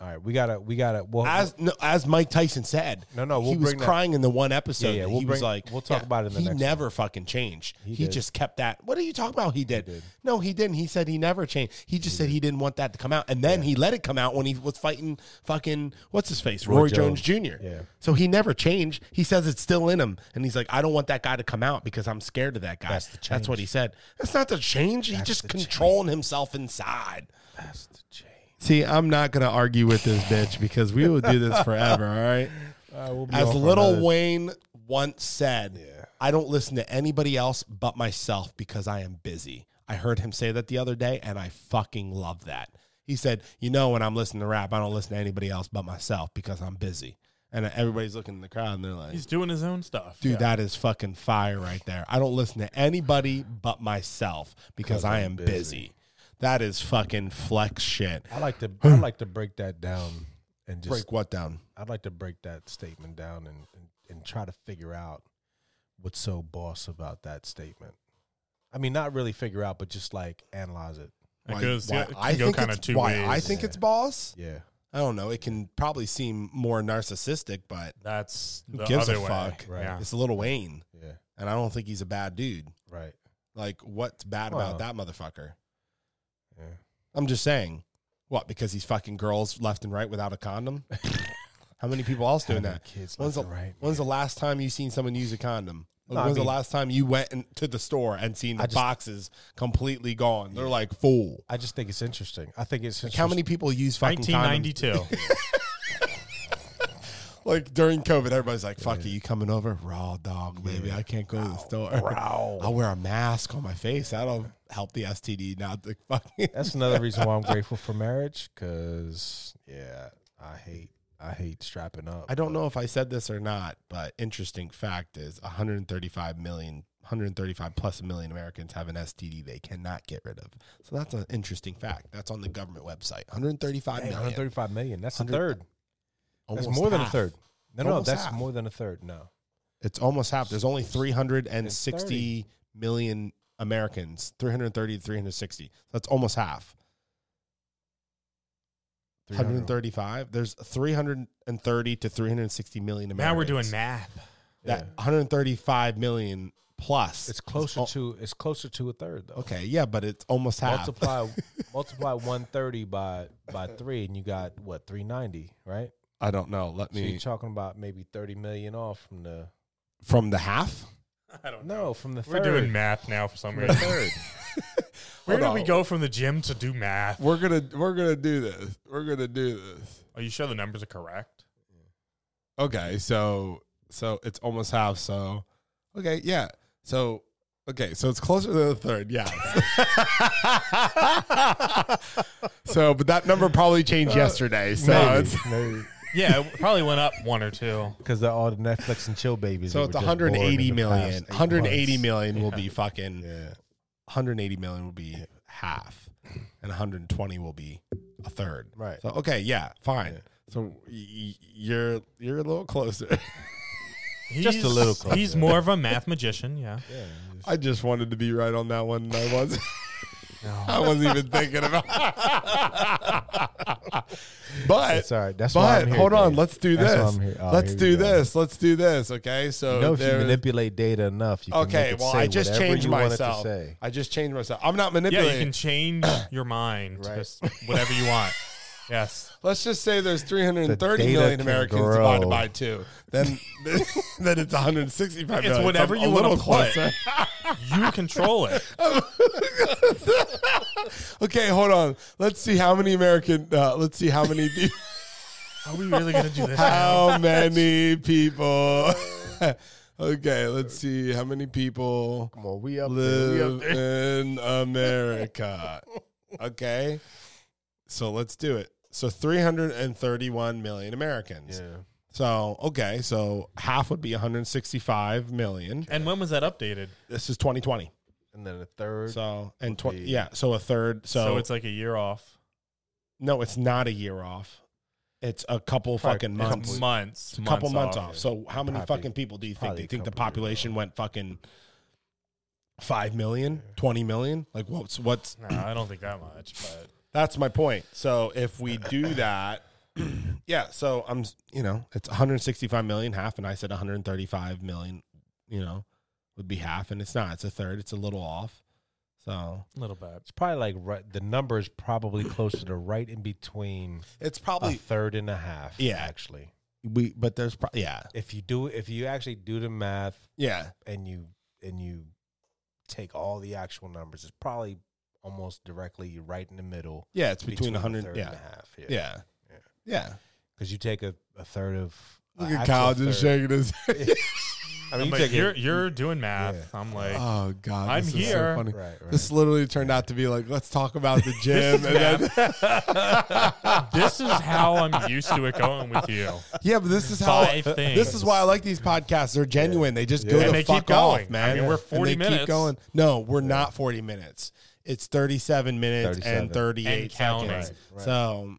Speaker 4: All right, we gotta, we gotta. Well,
Speaker 2: As no, as Mike Tyson said,
Speaker 4: No, no,
Speaker 2: he
Speaker 4: we'll
Speaker 2: was
Speaker 4: bring that-
Speaker 2: crying in the one episode.
Speaker 4: Yeah, yeah,
Speaker 2: that
Speaker 4: we'll
Speaker 2: he was
Speaker 4: bring-
Speaker 2: like,
Speaker 4: we'll talk about it in the
Speaker 2: he
Speaker 4: next
Speaker 2: never fucking changed. He,
Speaker 4: did.
Speaker 2: just kept that. What are you talking about? He did.
Speaker 4: did.
Speaker 2: No, he didn't. He said he never changed. He just said he didn't want that to come out, and then he let it come out when he was fighting fucking what's his face, Roy, Jones.
Speaker 4: Jones.
Speaker 2: Jr.
Speaker 4: Yeah.
Speaker 2: So he never changed. He says it's still in him, and he's like, I don't want that guy to come out because I'm scared of that guy.
Speaker 4: That's the change.
Speaker 2: what he said. That's not the change. He's just controlling himself inside.
Speaker 4: that's the change.
Speaker 2: See, I'm not gonna argue with this bitch because we will do this forever. All right.
Speaker 4: Uh, we'll be
Speaker 2: As
Speaker 4: on for
Speaker 2: Little
Speaker 4: another-
Speaker 2: Wayne once said,
Speaker 4: Yeah.
Speaker 2: I don't listen to anybody else but myself because I am busy. I heard him say that the other day, and I fucking love that. He said, You know, when I'm listening to rap, I don't listen to anybody else but myself because I'm busy. And everybody's looking in the crowd and they're like,
Speaker 3: He's doing his own stuff.
Speaker 2: Dude, that is fucking fire right there. I don't listen to anybody but myself because I am busy. That is fucking flex shit.
Speaker 4: I like to, I like to break that down and just,
Speaker 2: Break what down?
Speaker 4: I'd like to break that statement down and, and and try to figure out what's so boss about that statement. I mean, not really figure out, but just like analyze it.
Speaker 3: It
Speaker 2: Why-
Speaker 3: goes,
Speaker 2: why-
Speaker 3: it can go
Speaker 2: think
Speaker 3: kind of
Speaker 2: it's-
Speaker 3: two
Speaker 2: why
Speaker 3: ways.
Speaker 2: I think
Speaker 4: Yeah.
Speaker 2: it's boss.
Speaker 4: Yeah,
Speaker 2: I don't know. It can probably seem more narcissistic, but
Speaker 3: that's
Speaker 2: who
Speaker 3: the
Speaker 2: gives
Speaker 3: other
Speaker 2: a
Speaker 3: way.
Speaker 2: fuck?
Speaker 4: Right.
Speaker 3: Yeah.
Speaker 2: It's Little Wayne,
Speaker 4: yeah,
Speaker 2: and I don't think he's a bad dude.
Speaker 4: right.
Speaker 2: Like, what's bad
Speaker 4: Well.
Speaker 2: about that motherfucker?
Speaker 4: Yeah.
Speaker 2: I'm just saying. What? Because he's fucking girls left and right without a condom. How many people else doing
Speaker 4: Having
Speaker 2: that?
Speaker 4: kids
Speaker 2: when's the,
Speaker 4: left and right,
Speaker 2: when's the last time you seen someone use a condom?
Speaker 4: No, I
Speaker 2: when's
Speaker 4: mean-
Speaker 2: the last time you went in, to the store and seen the
Speaker 4: I just-
Speaker 2: boxes completely gone? They're like full.
Speaker 4: I just think it's interesting. I think it's
Speaker 2: Like how many people use fucking condoms
Speaker 3: 1992.
Speaker 2: like during COVID, everybody's like, "Fuck it, you coming over raw dog, baby? I can't go to the store.
Speaker 4: raw."
Speaker 2: I'll wear a mask on my face. That'll help the STD not to fucking."
Speaker 4: That's another reason why I'm grateful for marriage. Cause yeah, I hate I hate strapping up.
Speaker 2: I don't know if I said this or not, but interesting fact is 135 million, 135 plus a million Americans have an STD they cannot get rid of. So that's an interesting fact. That's on the government website. 135
Speaker 4: Dang,
Speaker 2: million.
Speaker 4: 135 million. That's a
Speaker 2: 100
Speaker 4: third. That's
Speaker 2: Almost
Speaker 4: more than a
Speaker 2: half.
Speaker 4: third. No, no,
Speaker 2: Almost
Speaker 4: that's
Speaker 2: half.
Speaker 4: more than a third. No,
Speaker 2: It's almost half. There's only 360
Speaker 4: 30.
Speaker 2: million Americans, 330 to 360. That's almost half. 135. There's 330 to 360 million Americans.
Speaker 3: now we're doing math.
Speaker 2: that 135 million plus.
Speaker 4: It's closer
Speaker 2: al-
Speaker 4: to it's closer to a third though.
Speaker 2: Okay, yeah, but it's almost half.
Speaker 4: Multiply multiply one thirty by by three, and you got what three ninety, right?
Speaker 2: I don't know. Let
Speaker 4: So you're
Speaker 2: me
Speaker 4: talking about maybe thirty million off from the
Speaker 2: from the half.
Speaker 3: I don't know.
Speaker 4: no from the
Speaker 3: We're
Speaker 4: third.
Speaker 3: doing math now for some
Speaker 4: From the
Speaker 3: reason.
Speaker 4: third.
Speaker 3: Where
Speaker 2: Hold
Speaker 3: did
Speaker 2: on.
Speaker 3: we go from the gym to do math?
Speaker 2: We're gonna we're gonna do this. We're gonna do this.
Speaker 3: Are you sure the numbers are correct?
Speaker 2: Okay, so so it's almost half. So okay, yeah. So okay, so it's closer to the third. Yeah. so, but that number probably changed yesterday. So it's
Speaker 4: maybe
Speaker 3: Yeah, it probably went up one or two.
Speaker 4: because they're all the Netflix and chill babies.
Speaker 2: so
Speaker 4: that
Speaker 2: it's
Speaker 4: were just born in
Speaker 2: 180
Speaker 4: the
Speaker 2: million.
Speaker 4: past eight
Speaker 2: 180
Speaker 4: months.
Speaker 2: million will be fucking.
Speaker 4: Yeah.
Speaker 2: 180 million will be half, and 120 will be a third.
Speaker 4: Right.
Speaker 2: So okay, yeah, fine. So y- y- you're you're a little closer.
Speaker 3: Just
Speaker 4: a little closer.
Speaker 3: He's more of a math magician, yeah.
Speaker 4: Yeah.
Speaker 2: I just wanted to be right on that one. and I was.
Speaker 3: No.
Speaker 2: I wasn't even thinking about. but
Speaker 4: It's all right. That's why
Speaker 2: but
Speaker 4: I'm here,
Speaker 2: hold on,
Speaker 4: Dave.
Speaker 2: let's do
Speaker 4: That's why
Speaker 2: this.
Speaker 4: I'm here. Oh,
Speaker 2: let's
Speaker 4: here we
Speaker 2: do
Speaker 4: go.
Speaker 2: this. Let's do this. Okay, so
Speaker 4: You know, if you
Speaker 2: there-
Speaker 4: manipulate data enough, you can
Speaker 2: Okay,
Speaker 4: make it
Speaker 2: well,
Speaker 4: say
Speaker 2: I just
Speaker 4: whatever
Speaker 2: changed
Speaker 4: you want it to
Speaker 2: myself.
Speaker 4: say.
Speaker 2: I just changed myself. I'm not
Speaker 3: Yeah,
Speaker 2: manipulating.
Speaker 3: you can change your mind
Speaker 4: Right.
Speaker 3: to s- whatever you want. Yes.
Speaker 2: Let's just say there's 330
Speaker 4: The data
Speaker 2: million
Speaker 4: can
Speaker 2: Americans
Speaker 4: grow.
Speaker 2: divided by two. Then, then it's 165 million.
Speaker 3: It's
Speaker 2: I'm
Speaker 3: whatever you
Speaker 2: a
Speaker 3: want
Speaker 2: little
Speaker 3: to put.
Speaker 2: closer.
Speaker 3: You control it.
Speaker 2: Okay, hold on. Let's see how many American. Uh, let's see how many. People,
Speaker 3: Are we really gonna do this? now?
Speaker 2: how many people? okay, let's see how many people
Speaker 4: Come on, we up there. We up
Speaker 2: live
Speaker 4: there.
Speaker 2: in America. Okay, so let's do it. So 331 million Americans. So okay, so half would be 165 million.
Speaker 3: And when was that updated?
Speaker 2: This is 2020.
Speaker 4: And then the third.
Speaker 2: So and
Speaker 4: Would
Speaker 2: twenty,
Speaker 4: be-
Speaker 2: yeah. So a third. So,
Speaker 3: So, it's like a year off.
Speaker 2: no, it's not a year off. It's a couple
Speaker 4: Probably
Speaker 2: fucking
Speaker 4: a
Speaker 3: Couple
Speaker 2: months.
Speaker 3: Months.
Speaker 2: A couple months off.
Speaker 4: yeah.
Speaker 2: So how many
Speaker 4: Probably-
Speaker 2: fucking people do you think? Do
Speaker 4: probably
Speaker 2: you
Speaker 4: a
Speaker 2: think the
Speaker 4: couple year
Speaker 2: population went fucking five million, 20 million? Like what's what's
Speaker 3: No, I don't think that much, but
Speaker 2: that's my point. So if we do that. Yeah, so I'm, you know, it's 165 million half, and I said 135 million, you know, would be half, and it's not. It's a third. It's a little off. So
Speaker 3: a little bit.
Speaker 4: It's probably like right, the number is probably closer to right in between
Speaker 2: it's
Speaker 4: a
Speaker 2: probably
Speaker 4: third and a half.
Speaker 2: Yeah.
Speaker 4: actually,
Speaker 2: uh, we, but there's probably yeah,
Speaker 4: if you do, if you actually do the math
Speaker 2: yeah.
Speaker 4: and you and you take all the actual numbers, it's probably almost directly right in the middle
Speaker 2: Yeah, it's between,
Speaker 4: a
Speaker 2: 100.
Speaker 4: third
Speaker 2: Yeah.
Speaker 4: and a half. Yeah,
Speaker 2: yeah.
Speaker 4: Yeah.
Speaker 2: Yeah.
Speaker 4: because you take a, a third of a
Speaker 2: Look at
Speaker 4: actual
Speaker 2: Kyle just
Speaker 4: third.
Speaker 2: shaking his head.
Speaker 4: I
Speaker 3: I'm
Speaker 4: mean, you
Speaker 3: like,
Speaker 4: take a-
Speaker 3: you're you're doing math.
Speaker 4: Yeah.
Speaker 3: I'm like,
Speaker 2: oh, God.
Speaker 3: I'm
Speaker 2: this
Speaker 3: here.
Speaker 2: Is so funny.
Speaker 4: right, right.
Speaker 2: This literally turned out to be like, let's talk about the gym. and then,
Speaker 3: this is how I'm used to it going with you.
Speaker 2: yeah, but this is how.
Speaker 3: Five things.
Speaker 2: This is why I like these podcasts. They're genuine. They just go
Speaker 4: Yeah.
Speaker 2: the
Speaker 4: And
Speaker 3: they keep
Speaker 2: fuck off,
Speaker 3: going. I
Speaker 2: man.
Speaker 3: mean, we're
Speaker 2: And
Speaker 3: 40
Speaker 2: they
Speaker 3: minutes.
Speaker 2: Keep going. No, we're not 40 minutes. It's 37 minutes
Speaker 4: 37.
Speaker 2: and 38
Speaker 3: And counting.
Speaker 2: seconds.
Speaker 4: Right, right.
Speaker 2: So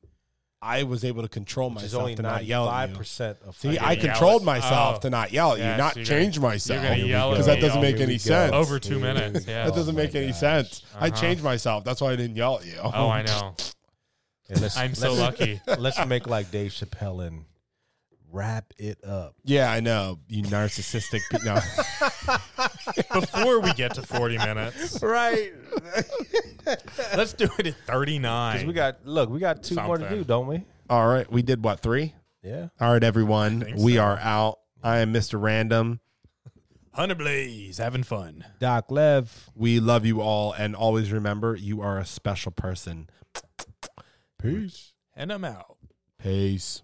Speaker 2: I was able to control
Speaker 4: It's
Speaker 2: myself
Speaker 4: only
Speaker 2: to not yell at
Speaker 4: five
Speaker 2: you.
Speaker 4: percent of.
Speaker 2: See,
Speaker 4: fucking-
Speaker 2: I
Speaker 3: can-
Speaker 2: controlled
Speaker 3: yell at-
Speaker 2: myself
Speaker 3: oh.
Speaker 2: to not yell at you,
Speaker 3: Yeah,
Speaker 2: not
Speaker 3: so you're
Speaker 2: change
Speaker 3: gonna-
Speaker 2: myself.
Speaker 3: you're gonna yell at
Speaker 2: because that
Speaker 3: me
Speaker 2: doesn't
Speaker 3: all
Speaker 2: make
Speaker 3: week.
Speaker 2: any
Speaker 4: Here we
Speaker 2: sense.
Speaker 4: go.
Speaker 3: Over two
Speaker 4: Here we
Speaker 3: minutes,
Speaker 4: go.
Speaker 3: yeah.
Speaker 2: That
Speaker 4: Oh
Speaker 2: doesn't
Speaker 4: my
Speaker 2: make any
Speaker 4: gosh.
Speaker 2: sense. I
Speaker 3: Uh-huh.
Speaker 2: changed myself. That's why I didn't yell at you.
Speaker 3: Oh, I know.
Speaker 4: And let's-
Speaker 3: I'm so
Speaker 4: let's-
Speaker 3: lucky.
Speaker 4: Let's make like Dave Chappelle and wrap it up.
Speaker 2: Yeah, I know. You narcissistic. pe- no.
Speaker 3: Before we get to 40 minutes,
Speaker 4: Right.
Speaker 3: let's do it at 39.
Speaker 4: we got look, we got two more to
Speaker 3: Something.
Speaker 4: do, don't we?
Speaker 2: All right. We did what, three?
Speaker 4: Yeah.
Speaker 2: All right, everyone.
Speaker 3: think
Speaker 2: We
Speaker 3: so.
Speaker 2: are out. I am Mr. Random.
Speaker 3: Hunter Blaze having fun.
Speaker 4: Doc Lev.
Speaker 2: We love you all. And always remember, you are a special person. Peace.
Speaker 3: And I'm out.
Speaker 2: Peace.